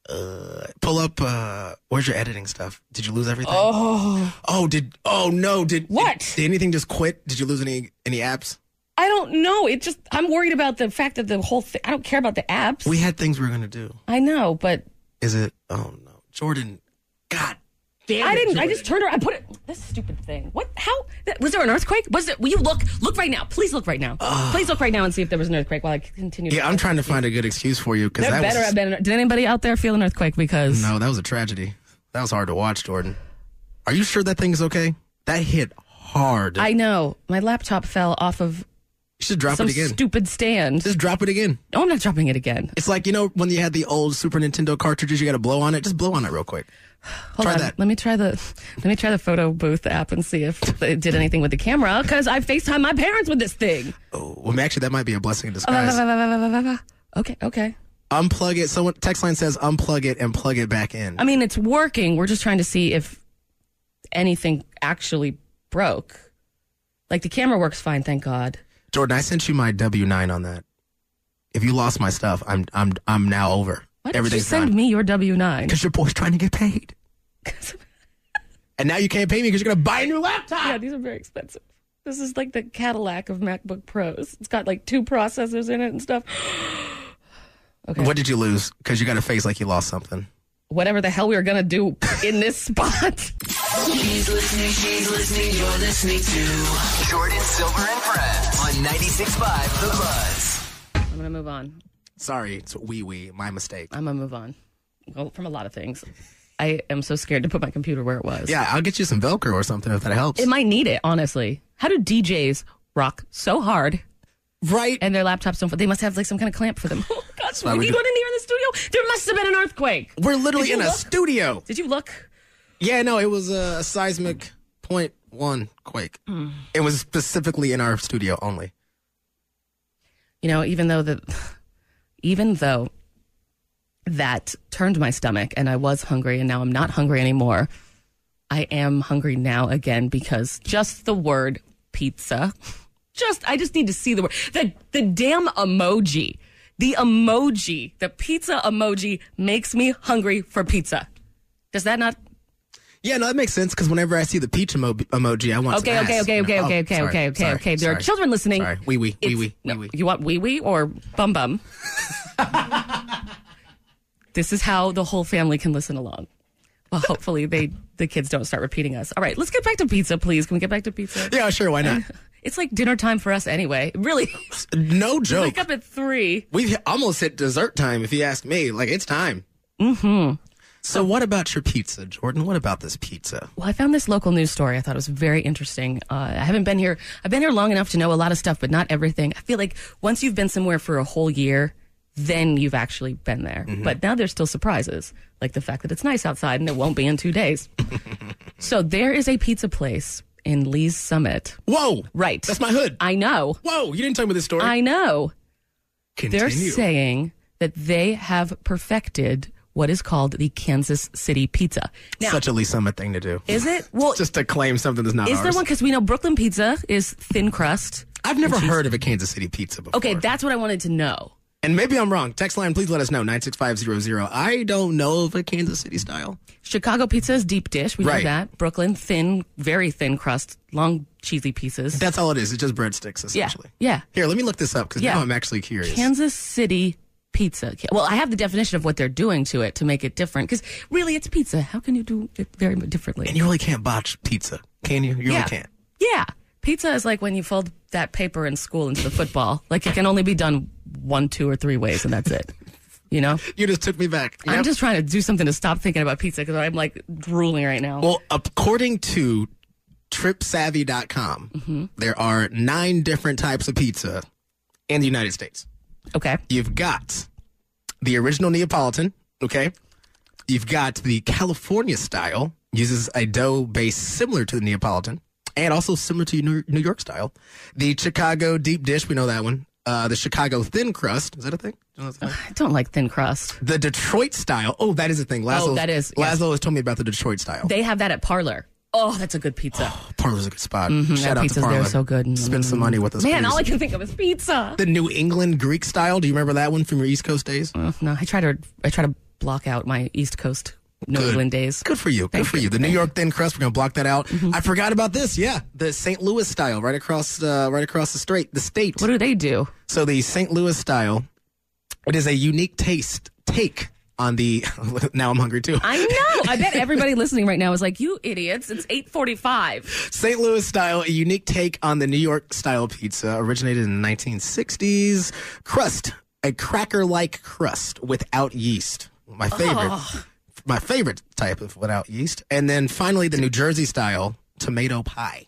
E: Uh, pull up. Uh, where's your editing stuff? Did you lose everything?
C: Oh.
E: Oh, did oh no did
C: what?
E: Did, did anything just quit? Did you lose any any apps?
C: I don't know. It just I'm worried about the fact that the whole thing. I don't care about the apps.
E: We had things we were gonna do.
C: I know, but
E: Is it? Oh no, Jordan. Damn
C: I
E: it,
C: didn't. I
E: Jordan.
C: just turned around. I put it. This stupid thing. What? How? That, was there an earthquake? Was it? Will you look? Look right now. Please look right now. Please look right now and see if there was an earthquake while I continue.
E: Ah. Yeah, I'm trying to find a good excuse for you because
C: There
E: that
C: better
E: was
C: have been. An, did anybody out there feel an earthquake? Because
E: no, that was a tragedy. That was hard to watch, Jordan. Are you sure that thing's okay? That hit hard.
C: I know my laptop fell off of.
E: You should drop
C: some
E: it again.
C: Stupid stand.
E: Just drop it again.
C: No, I'm not dropping it again.
E: It's like you know when you had the old Super Nintendo cartridges, you got to blow on it. Just blow on it real quick.
C: Hold on. Let me try the let me try the photo booth app and see if it did anything with the camera. Because I Facetime my parents with this thing.
E: Oh, Well, actually, that might be a blessing in
C: Oh,
E: disguise.
C: Okay. Okay.
E: unplug it. Someone text line says unplug it and plug it back in.
C: I mean, it's working. We're just trying to see if anything actually broke. Like the camera works fine, thank God.
E: Jordan, I sent you my W nine on that. If you lost my stuff, I'm I'm I'm now over.
C: Why did you
E: Everything's
C: send
E: fine.
C: me your W nine?
E: Because your boy's trying to get paid. And now you can't pay me because you're gonna buy a new laptop.
C: Yeah, these are very expensive. This is like the Cadillac of MacBook Pros. It's got like two processors in it and stuff. Okay.
E: What did you lose? Because you got a face like you lost something.
C: Whatever the hell we were gonna do in this spot.
B: He's listening, she's listening, you're listening to Jordan Silver and Friends on 96.5 The Buzz.
C: I'm gonna move on.
E: Sorry, it's wee wee. My mistake.
C: I'm gonna move on. Well, from a lot of things. I am so scared to put my computer where it was.
E: Yeah, I'll get you some Velcro or something if that helps.
C: It might need it, honestly. How do DJs rock so hard?
E: Right.
C: And their laptops don't. They must have like some kind of clamp for them. Oh gosh,
E: That's why
C: we
E: we
C: need
E: do-
C: one in here in the studio. There must have been an earthquake.
E: We're literally
C: Did
E: in
C: you
E: a
C: look?
E: studio.
C: Did you look?
E: Yeah, no, it was a, a seismic point one quake.
C: Hmm.
E: It was specifically in our studio only.
C: You know, even though the, even though that turned my stomach and I was hungry and now I'm not hungry anymore. I am hungry now again because just the word pizza, just I just need to see the word the the damn emoji, the emoji, the pizza emoji makes me hungry for pizza. Does that not
E: Yeah, no, that makes sense because whenever I see the peach emo- emoji, I want
C: Okay,
E: some
C: okay,
E: ass,
C: okay,
E: you know?
C: okay,
E: Oh,
C: okay, okay,
E: sorry,
C: okay, okay,
E: sorry,
C: okay. There are
E: sorry.
C: children listening.
E: Sorry, wee wee, wee wee, wee wee.
C: You want wee wee or bum bum? this is how the whole family can listen along. Well, hopefully they the kids don't start repeating us. All right, let's get back to pizza, please. Can we get back to pizza?
E: Yeah, sure, why not?
C: It's like dinner time for us anyway. Really,
E: No
C: we
E: joke.
C: wake up at three.
E: We've hit- almost hit dessert time, if you ask me. Like, it's time.
C: Mm-hmm.
E: So, what about your pizza, Jordan? What about this pizza?
C: Well, I found this local news story. I thought it was very interesting. Uh, I haven't been here. I've been here long enough to know a lot of stuff, but not everything. I feel like once you've been somewhere for a whole year, then you've actually been there.
E: Mm-hmm.
K: Mhm.
C: But now there's still surprises, like the fact that it's nice outside and it won't be in two days. so there is a pizza place in Lee's Summit.
E: Whoa!
C: Right.
E: That's my hood.
C: I know.
E: Whoa! You didn't tell me this story.
C: I know. They're
E: Continue.
C: saying that they have perfected what is called the Kansas City pizza. Now,
E: Such a Lee Summit thing to do.
C: Is it? Well,
E: just to claim something that's not
C: is
E: ours.
C: there one? Because we know Brooklyn pizza is thin crust.
E: I've never
C: which is-
E: heard of a Kansas City pizza before.
C: Okay, that's what I wanted to know.
E: And maybe I'm wrong. Text line, please let us know. 96500. I don't know of a Kansas City style.
C: Chicago pizza is deep dish. We
E: Right.
C: know that. Brooklyn, thin, very thin crust, long, cheesy pieces.
E: That's all it is. It's just breadsticks,
C: Yeah.
E: essentially.
C: Yeah.
E: Here, let me look this up because
C: Yeah.
E: now I'm actually curious.
C: Kansas City pizza. Well, I have the definition of what they're doing to it to make it different because really it's pizza. How can you do it very differently?
E: and you really can't botch pizza, can you? You really
C: Yeah.
E: can't.
C: Yeah. Pizza is like when you fold that paper in school into the football. Like it can only be done one, two, or three ways, and that's it. You know?
E: You just took me back.
C: I'm just trying to do something to stop thinking about pizza because I'm like drooling right now.
E: Well, according to tripsavvy.com,
C: Mm-hmm.
E: there are nine different types of pizza in the United States.
C: Okay.
E: You've got the original Neapolitan, okay? You've got the California style, uses a dough base similar to the Neapolitan and also similar to New New York style. The Chicago deep dish, we know that one. Uh, the Chicago thin crust, is that a thing? Do you know that's a thing?
C: I don't like thin crust.
E: The Detroit style. Oh, that is a thing. Laszlo,
C: that is, yes.
E: Laszlo has told me about the Detroit style.
C: They have that at Parlor. Oh, that's a good pizza.
E: Parlor's a good spot.
C: Mhm,
E: Shout
C: that
E: out to
C: pizza's there
E: Parlor.
C: so good.
E: Spend some money with us.
C: Man, all I
E: please.
C: can think of is pizza.
E: the New England Greek style. Do you remember that one from your East Coast days?
C: Uh, No, I try to I try to block out my East Coast New
E: Good.
C: England days.
E: Good for you. Good for you. Mm-hmm. The New York thin crust. We're gonna block that out. I forgot about this. Yeah, the St. Louis style, right across, uh, right across the straight, the state. What
C: do they do?
E: So the St. Louis style, it is a unique taste take on the. now I'm hungry too.
C: I know. I bet everybody listening right now is like, "You idiots! It's 8:45."
E: St. Louis style, a unique take on the New York style pizza, originated in the 1960s. Crust, a cracker like crust without yeast. My favorite.
C: Oh.
E: My favorite type of without yeast. And then finally, the New Jersey style tomato pie.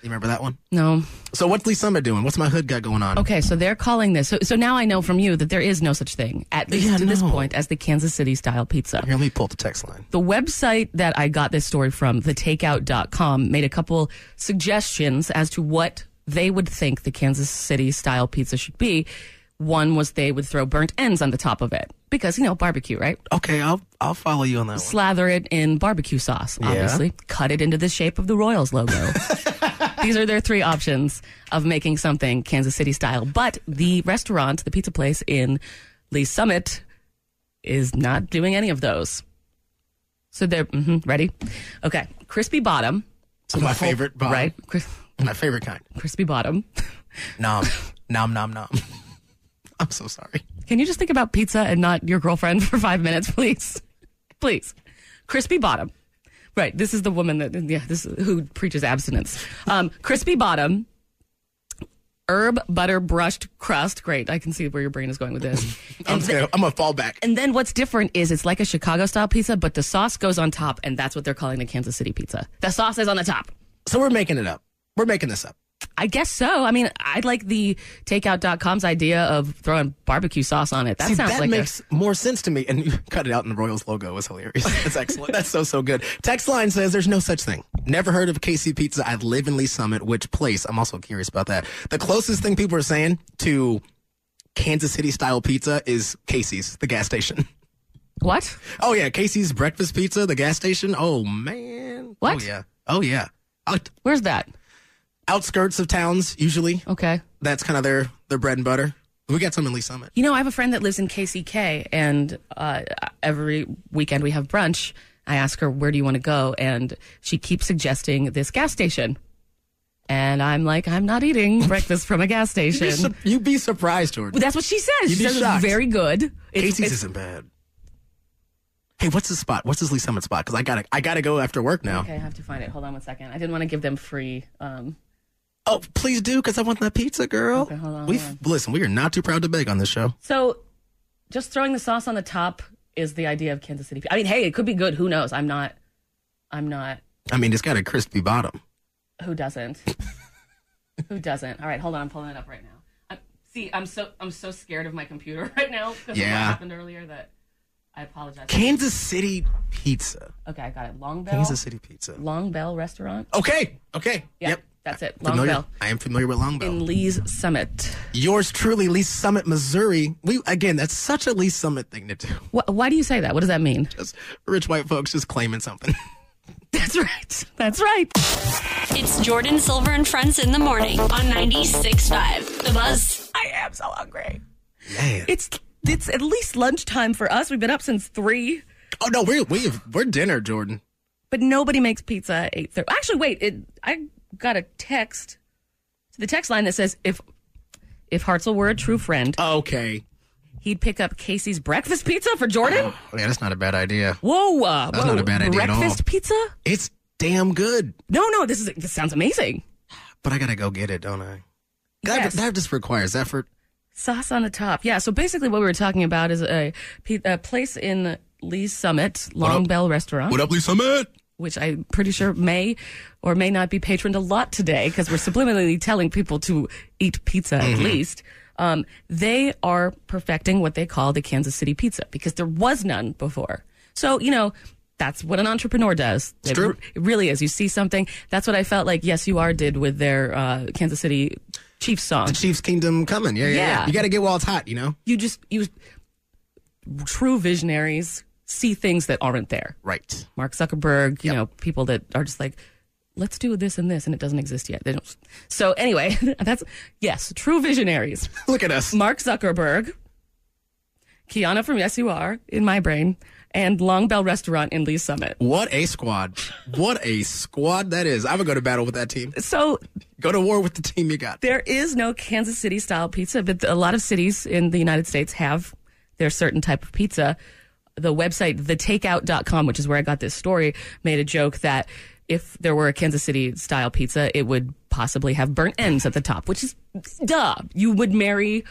E: You remember that one?
C: No.
E: So, what's Lee Summit doing? What's my hood got going on?
C: Okay, so they're calling this. So, so now I know from you that there is no such thing, at least to this point, as the Kansas City style pizza.
E: Here, let me pull up the text line.
C: The website that I got this story from, thetakeout.com, made a couple suggestions as to what they would think the Kansas City style pizza should be. One was they would throw burnt ends on the top of it because, you know, barbecue, right?
E: Okay, I'll, I'll follow you on that one.
C: Slather it in barbecue sauce,
E: Yeah.
C: obviously. Cut it into the shape of the Royals logo. These are their three options of making something Kansas City style. But the restaurant, the pizza place in Lee Summit, is not doing any of those. So they're mhm, ready. Okay, crispy bottom. So
E: my favorite bottom.
C: right? Cris-
E: My favorite kind.
C: crispy bottom.
E: Nom, nom, nom, nom. I'm so sorry.
C: Can you just think about pizza and not your girlfriend for five minutes, please? please. Crispy bottom. Right. This is the woman that yeah, this who preaches abstinence. Um, crispy bottom. Herb butter brushed crust. Great. I can see where your brain is going with this.
E: I'm, gonna, I'm gonna fall back.
C: And then what's different is it's like a Chicago style pizza, but the sauce goes on top, and that's what they're calling the Kansas City pizza. The sauce is on the top.
E: So we're making it up. We're making this up.
C: I guess so. I mean, I like the takeout.com's idea of throwing barbecue sauce on it. That
E: See,
C: sounds
E: that
C: like a-
E: makes more sense to me. And you cut it out in the Royals logo was hilarious. That's excellent. That's so so good. Text line says there's no such thing. Never heard of KC Pizza. I live in Lee Summit. Which place? I'm also curious about that. The closest thing people are saying to Kansas City style pizza is Casey's, the gas station.
C: What?
E: Oh yeah, Casey's breakfast pizza, the gas station. Oh man.
C: What?
E: Oh yeah. Oh yeah. Out-
C: Where's that?
E: Outskirts of towns usually.
C: Okay.
E: That's kind of their their bread and butter. We got some in Lee Summit.
C: You know, I have a friend that lives in KCK, and uh, every weekend we have brunch. I ask her, Where do you want to go? And she keeps suggesting this gas station. And I'm like, I'm not eating breakfast from a gas
E: You'd be,
C: station.
E: su- you'd be surprised, Jordan.
C: Well, that's what she says. she
E: You'd be
C: says
E: shocked.
C: it's very good.
E: Casey's isn't bad. Hey, what's his spot? What's his Lee Summit spot? Because I gotta, I gotta go after work now.
C: Okay, I have to find it. Hold on one second. I didn't want to give them free. Um,
E: Oh, please do, because I want that pizza, girl.
C: Okay, hold on,
E: we
C: hold
E: listen. We are not too proud to beg on this show.
C: so just throwing the sauce on the top is the idea of Kansas City. I mean, hey, it could be good. Who knows? I'm not. I'm not.
E: I mean, it's got a crispy bottom.
C: Who doesn't? Who doesn't? All right, hold on. I'm pulling it up right now. I, see, I'm so I'm so scared of my computer right now because of what
E: Yeah.
C: happened earlier that I apologize.
E: Kansas City pizza.
C: Okay, I got it. Long Bell.
E: Kansas City pizza.
C: Long Bell Restaurant.
E: Okay. Okay.
C: Yeah, That's it. Long
E: Oh, Familiar.
C: Bell.
E: I am familiar with Long Bell.
C: In Lee's Summit.
E: Yours truly, Lee Summit, Missouri. We again, that's such a Lee Summit thing to do.
C: Wh- why do you say that? What does that mean?
E: Just rich white folks just claiming something.
C: That's right. That's right.
K: It's Jordan Silver and Friends in the morning on 96.5. The Buzz. I am so hungry.
C: It's it's at least lunchtime for us. We've been up since three,
E: Oh no, we're we have, we're dinner, Jordan.
C: but nobody makes pizza at eight thirty. Actually, wait. It, I got a text to the text line that says if if Hartzell were a true friend,
E: okay,
C: he'd pick up Casey's breakfast pizza for Jordan.
E: Yeah, that's not a bad idea.
C: Whoa, uh,
E: That's
C: whoa,
E: not a bad idea at all.
C: Breakfast pizza?
E: It's damn good.
C: No, no, this is this sounds amazing.
E: But I gotta go get it, don't I? That,
C: Yes.
E: that just requires effort.
C: Sauce on the top. Yeah. So basically, what we were talking about is a, pe- a place in Lee's Summit,
E: What
C: Long
E: up?
C: Bell Restaurant.
E: What up, Lee Summit?
C: Which I'm pretty sure may or may not be patroned a lot today because we're subliminally telling people to eat pizza at
N: Mhm.
C: least. Um, they are perfecting what they call the Kansas City pizza because there was none before. So, you know, that's what an entrepreneur does. It,
E: true.
C: r- it really is. You see something. That's what I felt like Yes You Are did with their uh, Kansas City Chiefs song.
E: The Chiefs Kingdom coming. Yeah, yeah, yeah.
C: Yeah.
E: You gotta get while it's hot, you know?
C: you just you true visionaries see things that aren't there
E: right
C: mark zuckerberg you know people that are just like let's do this and this and it doesn't exist yet they don't so anyway that's yes true visionaries
E: look at us
C: mark zuckerberg kiana from yes you are in my brain and long bell restaurant in lee's summit
E: What a squad. what a squad that is. I would go to battle with that team.
C: So
E: go to war with the team you got.
C: there is no kansas city style pizza but a lot of cities in the united states have their certain type of pizza the website thetakeout.com, which is where I got this story, made a joke that if there were a Kansas City style pizza, it would possibly have burnt ends at the top, which is duh. You would marry.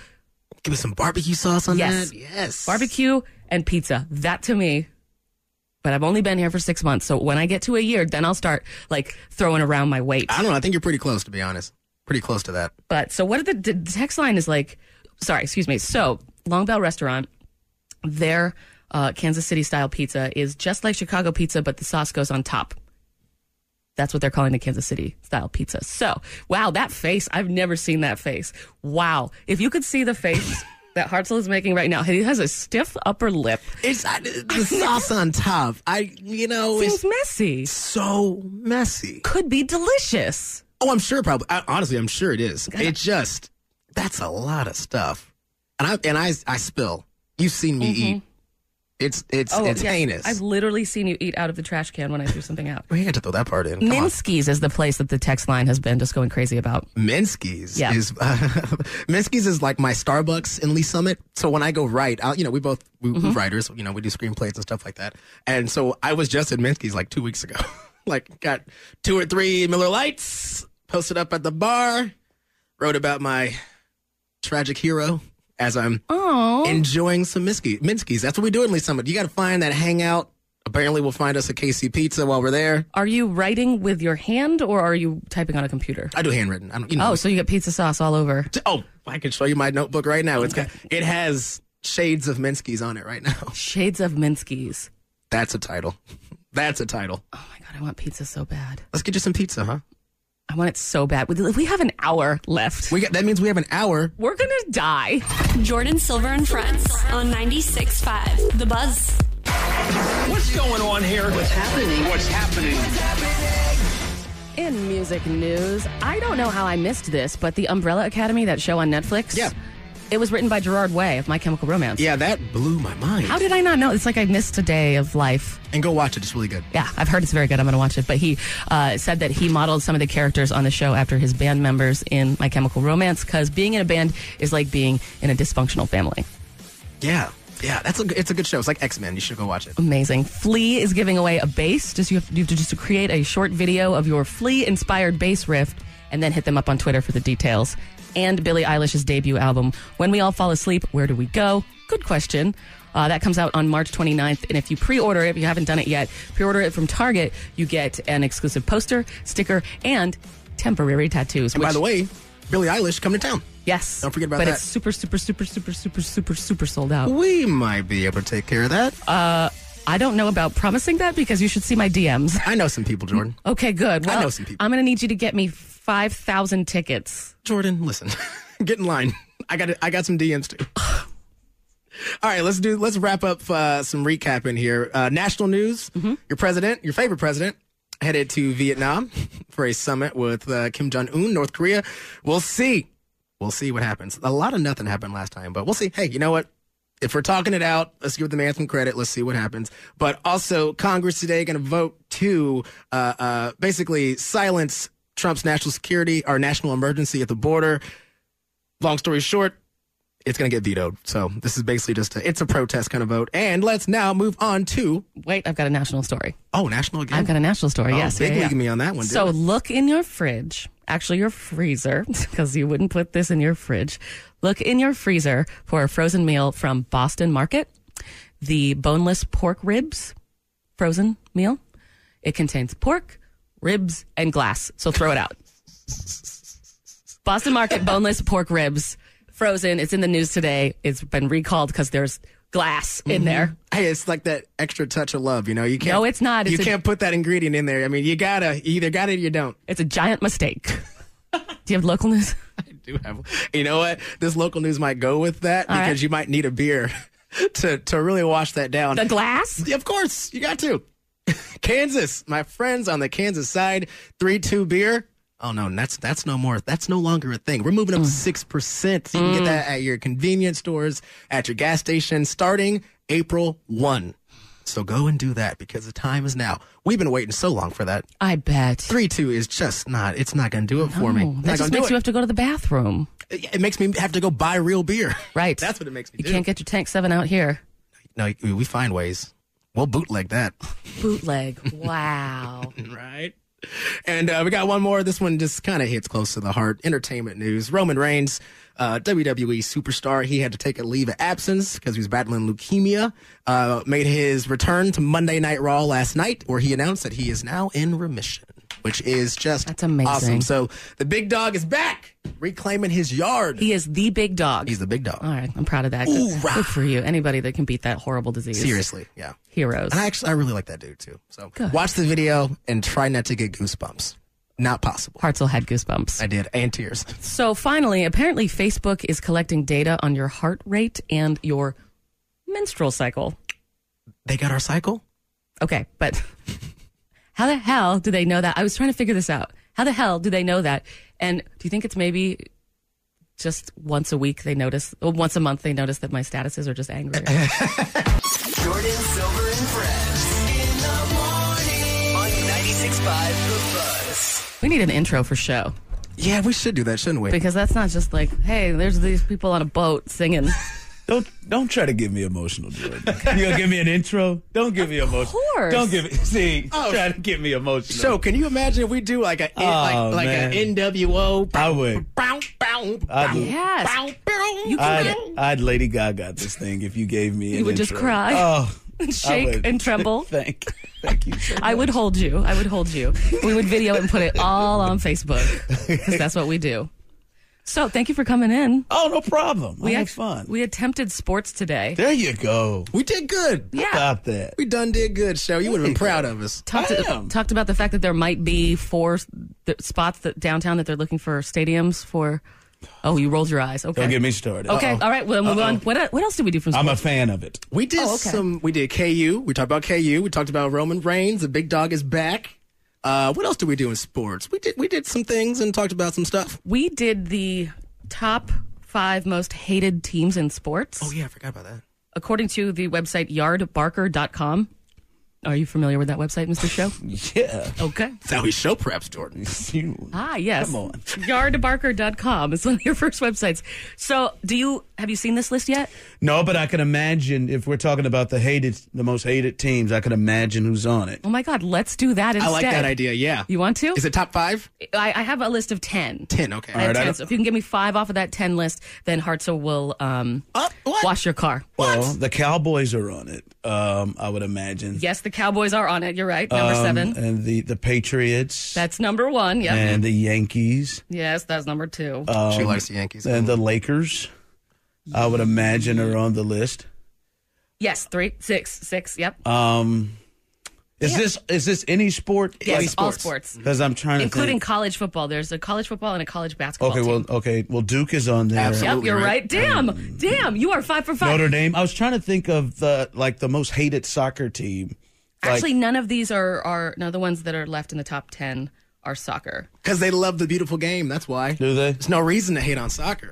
E: Give me some barbecue sauce on
C: yes.
E: that. Yes.
C: Barbecue and pizza. That to me. But I've only been here for six months. So when I get to a year, then I'll start like throwing around my weight.
E: I don't know. I think you're pretty close, to be honest. Pretty close to that.
C: But so what are the, the text line is like? Sorry, excuse me. So Long Bell Restaurant, their uh, Kansas City style pizza is just like Chicago pizza, but the sauce goes on top. That's what they're calling the Kansas City style pizza. So wow, that face! I've never seen that face. Wow, if you could see the face that Hartzell is making right now, he has a stiff upper lip.
E: It's I, the sauce on top. I, you know,
C: seems messy.
E: So messy.
C: Could be delicious.
E: Oh, I'm sure. Probably. I, honestly, I'm sure it is. It's just that's a lot of stuff, and I and I I spill. You've seen me eat. It's it's it's
C: yes.
E: heinous.
C: Oh, I've literally seen you eat out of the trash can when I threw something out.
E: we had to throw that part in. Come on.
C: Minsky's is the place that the text line has been just going crazy about.
E: Minsky's
C: Yeah.
E: is Minsky's is like my Starbucks in Lee Summit. So when I go write, I, you know, we both we, we
C: Mhm.
E: writers, you know, we do screenplays and stuff like that. And so I was just at Minsky's like two weeks ago. like got two or three Miller Lights, posted up at the bar, wrote about my tragic hero as I'm enjoying some Minsky, Minsky's. That's what we do in Lee Summit. You got to find that hangout. Apparently, we'll find us a KC Pizza while we're there.
C: Are you writing with your hand or are you typing on a computer?
E: I do handwritten. I don't, you know,
C: Oh, so you get pizza sauce all over.
E: Oh, I can show you my notebook right now. It's got it has shades of Minsky's on it right now.
C: Shades of Minsky's.
E: That's a title. That's a title.
C: Oh God, I want pizza so bad.
E: Let's get you some pizza, huh?
C: I want it so bad. We- We have an hour left.
E: We got, that means we have an hour.
C: We're going to die.
K: Jordan Silver and Friends on 96.5. The Buzz.
L: What's going on here? What's happening? What's happening?
C: In music news, I don't know how I missed this, but the Umbrella Academy, that show on Netflix, yeah. it was written by Gerard Way of My Chemical Romance.
E: Yeah, that blew my mind.
C: How did I not know? It's like I missed a day of life.
E: And go watch it. It's really good.
C: Yeah, I've heard it's very good. I'm going to watch it. But he uh, said that he modeled some of the characters on the show after his band members in My Chemical Romance because being in a band is like being in a dysfunctional family.
E: Yeah, yeah. That's a g- it's a good show. It's like X Men. You should go watch it.
C: Amazing. Flea is giving away a bass. Just you have, you have to just create a short video of your Flea-inspired bass riff, and then hit them up on Twitter for the details. And Billie Eilish's debut album, "When We All Fall Asleep, Where Do We Go?" Good question. Uh, that comes out on March 29th. And if you pre order it, if you haven't done it yet, pre order it from Target, you get an exclusive poster, sticker, and temporary tattoos.
E: And by
C: which-
E: the way, Billie Eilish coming to town.
C: Yes.
E: Don't forget about
C: but
E: that.
C: it's super, super, super, super, super, super, super sold out.
E: we might be able to take care of that.
C: Uh, I don't know about promising that because you should see my DMs.
E: I know some people, Jordan.
C: Okay, good.
E: I
C: Well,
E: know some people.
C: I'm going to need you to get me 5,000 tickets.
E: Jordan, listen, get in line. I got I got some DMs too. All right, let's do let's wrap up uh, some recap in here. Uh, national news: Your president, your favorite president, headed to Vietnam for a summit with uh, Kim Jong Un, North Korea. We'll see. We'll see what happens. A lot of nothing happened last time, but we'll see. Hey, you know what? If we're talking it out, let's give the man some credit. Let's see what happens. But also, Congress today going to vote to uh, uh, basically silence Trump's national security or national emergency at the border. Long story short, it's going to get vetoed. So this is basically just a, it's a protest kind of vote. And let's now move on to
C: wait. I've got a national story.
E: Oh, national again.
C: I've got a national story.
E: Oh,
C: yes,
E: big
C: yeah, yeah.
E: league me on that one.
C: So
E: dude.
C: look in your fridge, actually your freezer, because you wouldn't put this in your fridge. Look in your freezer for a frozen meal from Boston Market, the boneless pork ribs frozen meal. It contains pork, ribs, and glass. So throw it out. Boston Market boneless pork ribs, frozen. It's in the news today. It's been recalled because there's glass in
E: Mhm.
C: there.
E: Hey, it's like that extra touch of love. You know, you can't.
C: No, it's not.
E: you
C: It's a-
E: can't put that ingredient in there. I mean, you gotta you either got it or you don't.
C: It's a giant mistake. Do you have local news?
E: do have. You know what? This local news might go with that
C: All right.
E: because you might need a beer to to really wash that down.
C: The glass?
E: Yeah, of course, you got to. Kansas, my friends on the Kansas side, three two beer. Oh no, that's that's no more. That's no longer a thing. We're moving
C: Mm.
E: up to six percent. So you can get that at your convenience stores, at your gas station, starting April one. So go and do that because the time is now. We've been waiting so long for that.
C: I bet
E: three two is just not. It's not going to do it for me.
C: No,
E: Not
C: that
E: gonna
C: just
E: do
C: makes
E: it
C: you have to go to the bathroom.
E: it makes me have to go buy real beer.
C: Right.
E: That's what it makes me
C: You
E: do.
C: can't get your tank seven out here.
E: no, we- we find ways. We'll bootleg that.
C: Bootleg. Wow.
E: right. And uh, we got one more. This one just kind of hits close to the heart. Entertainment news. Roman Reigns, uh, WWE superstar, he had to take a leave of absence because he was battling leukemia. Uh, made his return to Monday Night Raw last night, where he announced that he is now in remission, which is just That's amazing. awesome. So the big dog is back, reclaiming his yard.
C: He is the big dog. He's
E: the big dog.
C: All right. I'm proud of that. Good, good for you. Anybody that can beat that horrible disease.
E: Seriously, yeah.
C: Heroes.
E: And I actually, I really like that dude too. So watch the video and try not to get goosebumps. Not possible.
C: Hartzell had goosebumps.
E: I did, and tears.
C: So finally, apparently Facebook is collecting data on your heart rate and your menstrual cycle.
E: They got our cycle?
C: Okay, but how the hell do they know that? I was trying to figure this out. How the hell do they know that? And do you think it's maybe just once a week they notice, or once a month they notice that my statuses are just angry?
B: Jordan Silver and Friends in the morning on 96.5 The Buzz.
C: we need an intro for show
E: Yeah, we should do that, shouldn't we?
C: because that's not just like, hey, there's these people on a boat singing.
N: Don't don't try to get me emotional, Jordan. You gonna give me an intro? Don't give me emotional.
C: course.
N: Don't give me. See,
E: Oh.
N: try to get me emotional.
E: so can you imagine if we do like a
N: Oh,
E: like, like
N: man.
E: an NWO?
N: I would.
E: Bow, bow,
N: I
E: bow,
N: do.
C: Yes.
E: bow, bow.
N: I'd, I'd Lady Gaga this thing if you gave me.
C: You
N: an
C: would just
N: intro.
C: cry.
N: Oh,
C: And
N: I
C: shake
N: would.
C: and tremble.
N: Thank.
C: I would hold you. I would hold you. We would video and put it all on Facebook because that's what we do. So thank you for coming in.
N: Oh, no problem.
C: We
N: I had
C: act- We attempted sports today.
N: There you go.
E: We did good.
C: Yeah.
N: Stop that.
E: We done did good, show. You would have been proud of us.
C: talked, talked about the fact that there might be four s- th- spots that downtown that they're looking for stadiums for. Oh, you rolled your eyes. Okay.
N: Don't get me started.
C: Okay.
N: Uh-oh.
C: All right. Well, move
N: Uh-oh.
C: on. What, what else did we do from sports?
N: I'm a fan of it.
E: We did
C: Oh, okay.
E: some. We did KU. We talked about KU. We talked about Roman Reigns. The big dog is back. Uh, what else did we do in sports? We did we did some things and talked about some stuff.
C: we did the top five most hated teams in sports.
E: Oh yeah, I forgot about that.
C: According to the website yardbarker.com. Are you familiar with that website, Mr. Show?
N: Yeah.
C: Okay.
E: That's how he show preps, Jordan.
C: Ah, yes.
E: Come on.
C: Yardbarker.com is one of your first websites. So, do you have you seen this list yet?
N: No, but I can imagine if we're talking about the hated, the most hated teams, I can imagine who's on it.
C: Oh my God, let's do that instead.
N: I like that idea, yeah.
C: You want to?
N: Is it top five?
C: I, I have a list of 10.
E: 10, okay.
C: I have 10. So, if you can give me five off of that 10 list, then Hartzell will um, wash your car.
N: Well, the Cowboys are on it. Um, I would imagine.
C: Yes, the Cowboys are on it. You're right. Number
N: Um,
C: seven.
N: and the the Patriots
C: That's number one. Yep.
N: and the Yankees.
C: yes, that's number two.
N: Um, and the Lakers. I would imagine are on the list.
C: Yes, three, six, six. Yep.
N: Um, is this is this any sport?
C: Yes, all sports.
N: Because I'm trying to
C: Including
N: think.
C: college football. There's a college football and a college basketball.
N: Okay,
C: team.
N: well, okay, well, Duke is on there.
C: Yep, you're right. Damn, damn, you are five for five.
N: Notre Dame. I was trying to think of the like the most hated soccer team. Like,
C: Actually, none of these are are no. The ones that are left in the top ten are soccer.
E: Because they love the beautiful game. That's why.
N: Do they?
E: There's no reason to hate on soccer.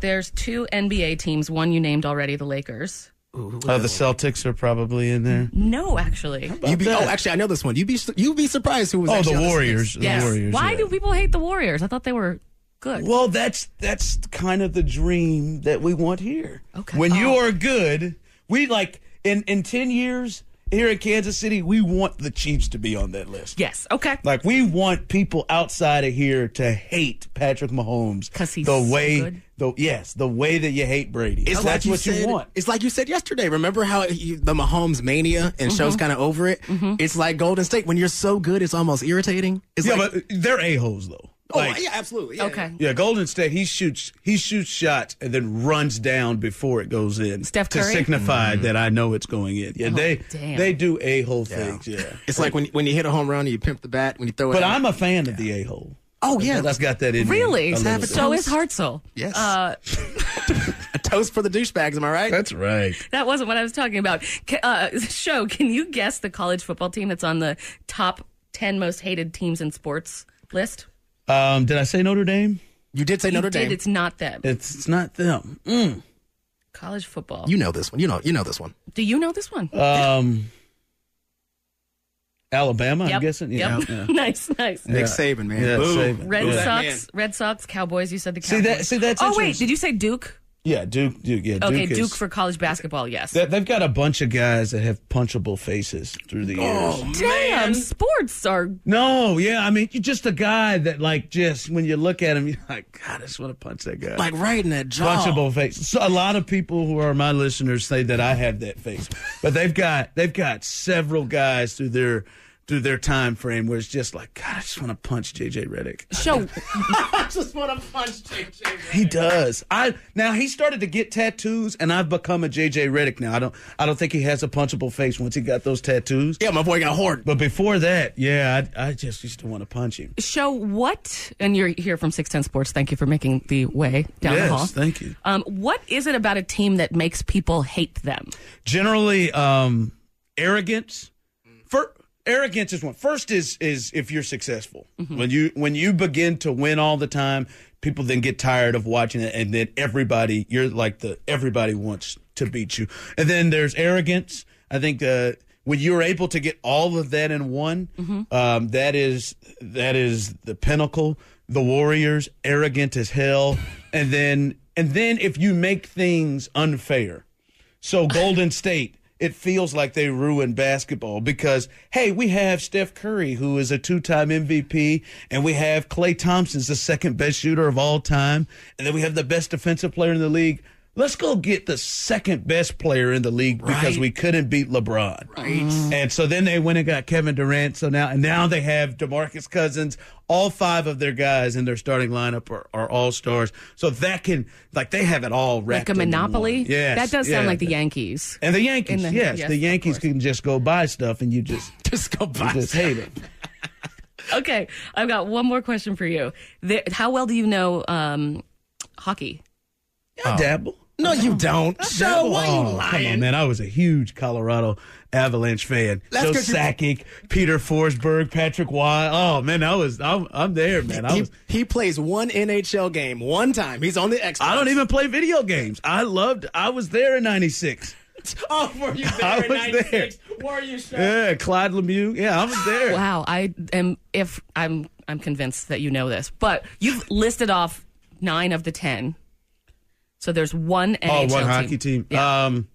C: There's two NBA teams. One you named already, the Lakers.
N: uh, the Celtics are probably in there.
C: No, actually.
E: You'd be, oh, actually, I know this one. You'd be you'd be surprised who was.
N: Oh,
E: actually
N: the
E: on this
N: Warriors.
E: list.
N: The Warriors,
C: Why
N: yeah.
C: do people hate the Warriors? I thought they were good.
N: Well, that's that's kind of the dream that we want here. Okay. When you are good, we like in in 10 years here in Kansas City, we want the Chiefs to be on that list.
C: Yes. Okay.
N: Like we want people outside of here to hate Patrick Mahomes cuz he's the
E: so
N: way
E: good.
N: the yes, the way that you hate Brady.
E: It's like
N: that's
E: you
N: what
E: said,
N: you want.
E: It's like you said yesterday. Remember how you, the Mahomes mania and
C: Mm-hmm.
E: show's
N: Mhm.
E: kind of over it? It's like Golden State. When you're so good, it's almost irritating. It's
N: yeah,
E: like,
N: but they're a-holes though.
E: oh,
N: Like-
E: yeah, absolutely. Yeah,
C: okay.
N: Yeah, Golden State. He shoots. He shoots shots and then runs down before it goes in.
E: Steph
N: to
E: Curry?
N: signify that I know it's going in. Yeah, they
E: damn.
N: they do a hole things. Mm-hmm. Yeah,
E: It's like when when you hit a home run, you pimp the bat. When you throw it,
N: But
E: out.
N: I'm a fan of the a hole.
E: Oh yeah,
N: that's got that in. me
C: Really?
N: a little bit.
C: So is Hartzell.
E: Yes.
C: Uh,
E: a toast for the douchebags. Am I right?
N: That's right.
C: that wasn't what I was talking about. Ca- Uh, show, can you guess the college football team that's on the top 10 most hated teams in sports list?
N: Um, did I say Notre Dame?
E: You did say
C: You did, It's not them.
N: It's it's not them. Mm.
C: College football.
E: You know this one. You know you know this one.
C: Do you know this one?
N: Um, Alabama. I'm
C: Yep.
N: guessing. Yeah.
C: Yep.
N: yeah.
C: nice, nice.
N: Nick Yeah. Saban, man. Yeah,
E: Boo.
N: Saban.
C: Red
N: Yeah.
C: Sox, Red Sox, Cowboys. You said the
N: See
C: Cowboys.
N: that- see, that's
C: Oh wait,
N: interesting.
C: did you say Duke?
N: Yeah, Duke. Duke. Yeah.
C: okay,
N: Duke, is-
C: Duke for college basketball. Yes.
N: they- They've got a bunch of guys that have punchable faces through the years.
C: Damn, sports are.
N: No, yeah, I mean, you're just a guy that, like, just when you look at him, you're like, God, I just want to punch that guy.
E: Like right in that jaw.
N: Punchable face. So a lot of people who are my listeners say that I have that face, but they've got they've got several guys through their through their time frame where it's just like, God, I just want to punch JJ Reddick.
C: Show.
E: I just want to punch JJ.
N: He does. I now he started to get tattoos, and I've become a JJ Reddick now. I don't. I don't think he has a punchable face once he got those tattoos.
E: Yeah, my boy got horde.
N: But before that, yeah, I, I just used to want to punch him.
C: Show what? And you're here from 610 Sports. Thank you for making the way down
N: yes,
C: the hall.
N: thank you.
C: Um, what is it about a team that makes people hate them?
N: generally um arrogance for arrogance is one first is is if you're successful
C: Mm-hmm.
N: when you when you begin to win all the time people then get tired of watching it and then everybody you're like the everybody wants to beat you and then there's arrogance i think uh when you're able to get all of that in one
C: Mm-hmm.
N: um, that is that is the pinnacle the warriors arrogant as hell and then and then if you make things unfair so Golden State, it feels like they ruined basketball because hey, we have Steph Curry who is a two-time MVP, and we have Clay Thompson's the second best shooter of all time, and then we have the best defensive player in the league. Let's go get the second best player in the league because
E: Right.
N: we couldn't beat LeBron.
E: Right.
C: Mm.
N: And so then they went and got Kevin Durant. So now and now they have DeMarcus Cousins. All five of their guys in their starting lineup are, are all stars. So that can like they have it all wrapped
C: Like a
N: into one.
C: monopoly?
N: Yes,
C: That does sound
N: yeah.
C: like the Yankees.
N: And the Yankees,
C: In the-
N: yes,
C: yes,
N: the
C: of
N: Yankees can just go buy stuff, and you just
E: just go buy.
N: just hate them.
C: Okay, I've got one more question for you. The, how well do you know um, hockey?
N: I dabble.
E: No, you don't. So why you
N: Oh,
E: lying?
N: come on, man! I was a huge Colorado Avalanche fan.
E: Let's
N: Joe
E: go to-
N: Sakic, Peter Forsberg, Patrick Waugh. Oh man, I was I'm, I'm there, man. I
E: He,
N: was.
E: he plays one NHL game one time. He's on the Xbox.
N: I don't even play video games. I loved. I was there in '96.
F: Oh, were you there
N: I
F: in
N: was there.
F: '96? Were you? Sure?
N: Yeah, Clyde Lemieux. Yeah, I was there.
C: Wow, I am. If I'm, I'm convinced that you know this, but you've listed off nine of the ten. So there's one
N: oh,
C: NHL
N: one
C: team.
N: hockey team. Um,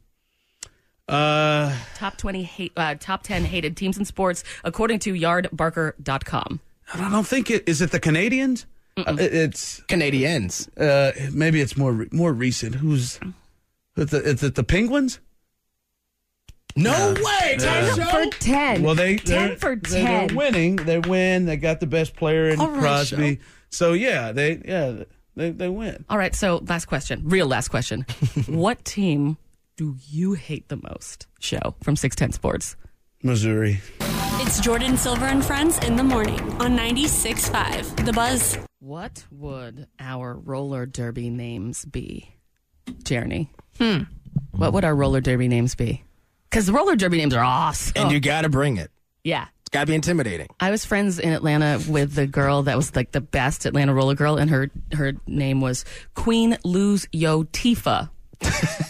N: uh,
C: Top twenty hate, uh, top ten hated teams in sports, according to YardBarker.com.
N: I don't think it is. It the Canadians. Uh, it- it's
E: Canadians.
N: Uh, maybe it's more re- more recent. Who's is it, is it the Penguins?
E: No
N: way,
F: Ten for ten.
N: Well, they
F: ten
N: they're-
F: for
N: they-
F: ten.
N: They're winning. They win. They got the best player in
C: All right,
N: Crosby.
C: Shel.
N: So yeah, they yeah they they win.
C: All right, so last question, real last question. what team do you hate the most? Show from 610 Sports.
N: Missouri.
K: It's Jordan Silver and Friends in the morning on 96.5 The Buzz.
C: What would our roller derby names be? Jeremy.
K: Hmm.
C: What would our roller derby names be? Because the roller derby names are awesome.
E: And you got to bring it.
C: yeah.
E: It's got to be intimidating.
C: I was friends in Atlanta with the girl that was like the best Atlanta roller girl, and her her name was Queen Lose Yo Tifa.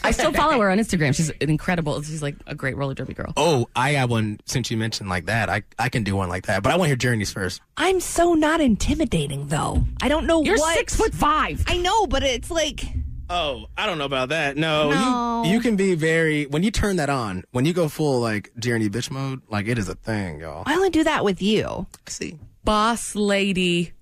C: I still follow her on Instagram. She's an incredible. She's like a great roller derby girl.
E: Oh, I got one since you mentioned like that. I, I can do one like that, but I want to hear Journey's first.
P: I'm so not intimidating though. I don't know
C: You're
P: what.
C: six foot five.
P: I know, but it's like
E: Oh, I don't know about that. No,
P: No.
E: You, you can be very when you turn that on. When you go full like Journey bitch mode, like it is a thing, y'all.
P: I only do that with you.
E: See,
C: boss lady,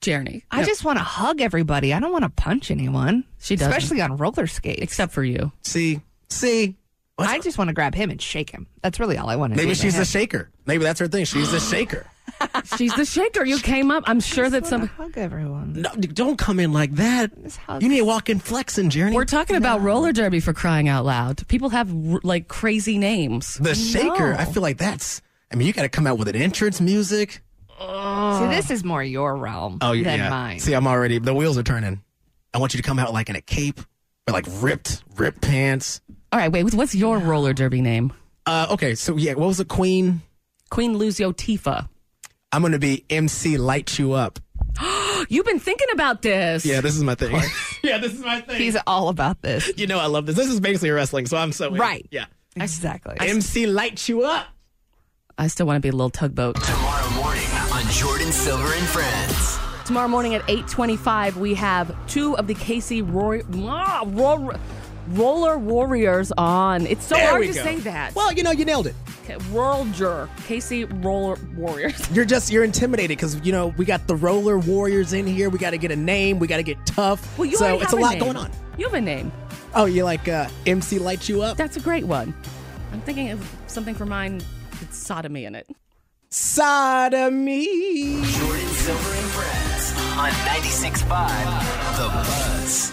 C: Jeremy.
P: I just want to hug everybody. I don't want to punch anyone.
C: She doesn't.
P: especially on roller skates.
C: Except for you.
E: See, see.
P: I just want to grab him and shake him. That's really all I want to do.
E: Maybe
P: to
E: she's
P: him.
E: the shaker. Maybe that's her thing. She's the shaker.
C: She's the shaker. You came up. I'm sure that some
P: hug everyone.
E: No, d- don't come in like that. You need to walk in flexing, Journey.
C: We're talking about roller derby for crying out loud. People have r- like crazy names.
E: the shaker. I feel like that's. I mean, you got to come out with an entrance music.
P: See, this is more your realm
E: Oh, y-
P: than
E: yeah.
P: mine.
E: See, I'm already the wheels are turning. I want you to come out like in a cape or like ripped, ripped pants.
C: All right, wait. What's your roller derby name?
E: Uh, okay, so yeah, what was the queen?
C: Queen Luzio Tifa.
E: I'm gonna be MC Light You Up.
C: You've been thinking about this.
E: Yeah, this is my thing.
F: Yeah, this is my thing.
P: He's all about this.
E: you know, I love this. This is basically wrestling, so I'm so in.
P: Right.
E: Yeah,
P: Exactly.
E: MC Light You Up.
C: I still want to be a little tugboat.
B: Tomorrow morning on Jordan Silver and Friends.
C: Tomorrow morning at 8:25, we have two of the KC Roy- Ah, Ro- Roller Warriors on. It's so
E: There
C: hard
E: we
C: to
E: go.
C: say that.
E: Well, you know, you nailed it.
C: okay, Roller KC Roller Warriors.
E: You're just you're intimidated because you know we got the roller warriors in here. We got to get a name. We got to get tough.
C: Well, you
E: so
C: already
E: it's
C: have
E: a lot
C: name.
E: going on.
C: You have a name.
E: Oh, you like uh, MC Light You Up?
C: That's a great one. I'm thinking of something for mine with sodomy in it.
E: Sodomy.
B: Jordan Silver and Friends on 96.5 The Buzz.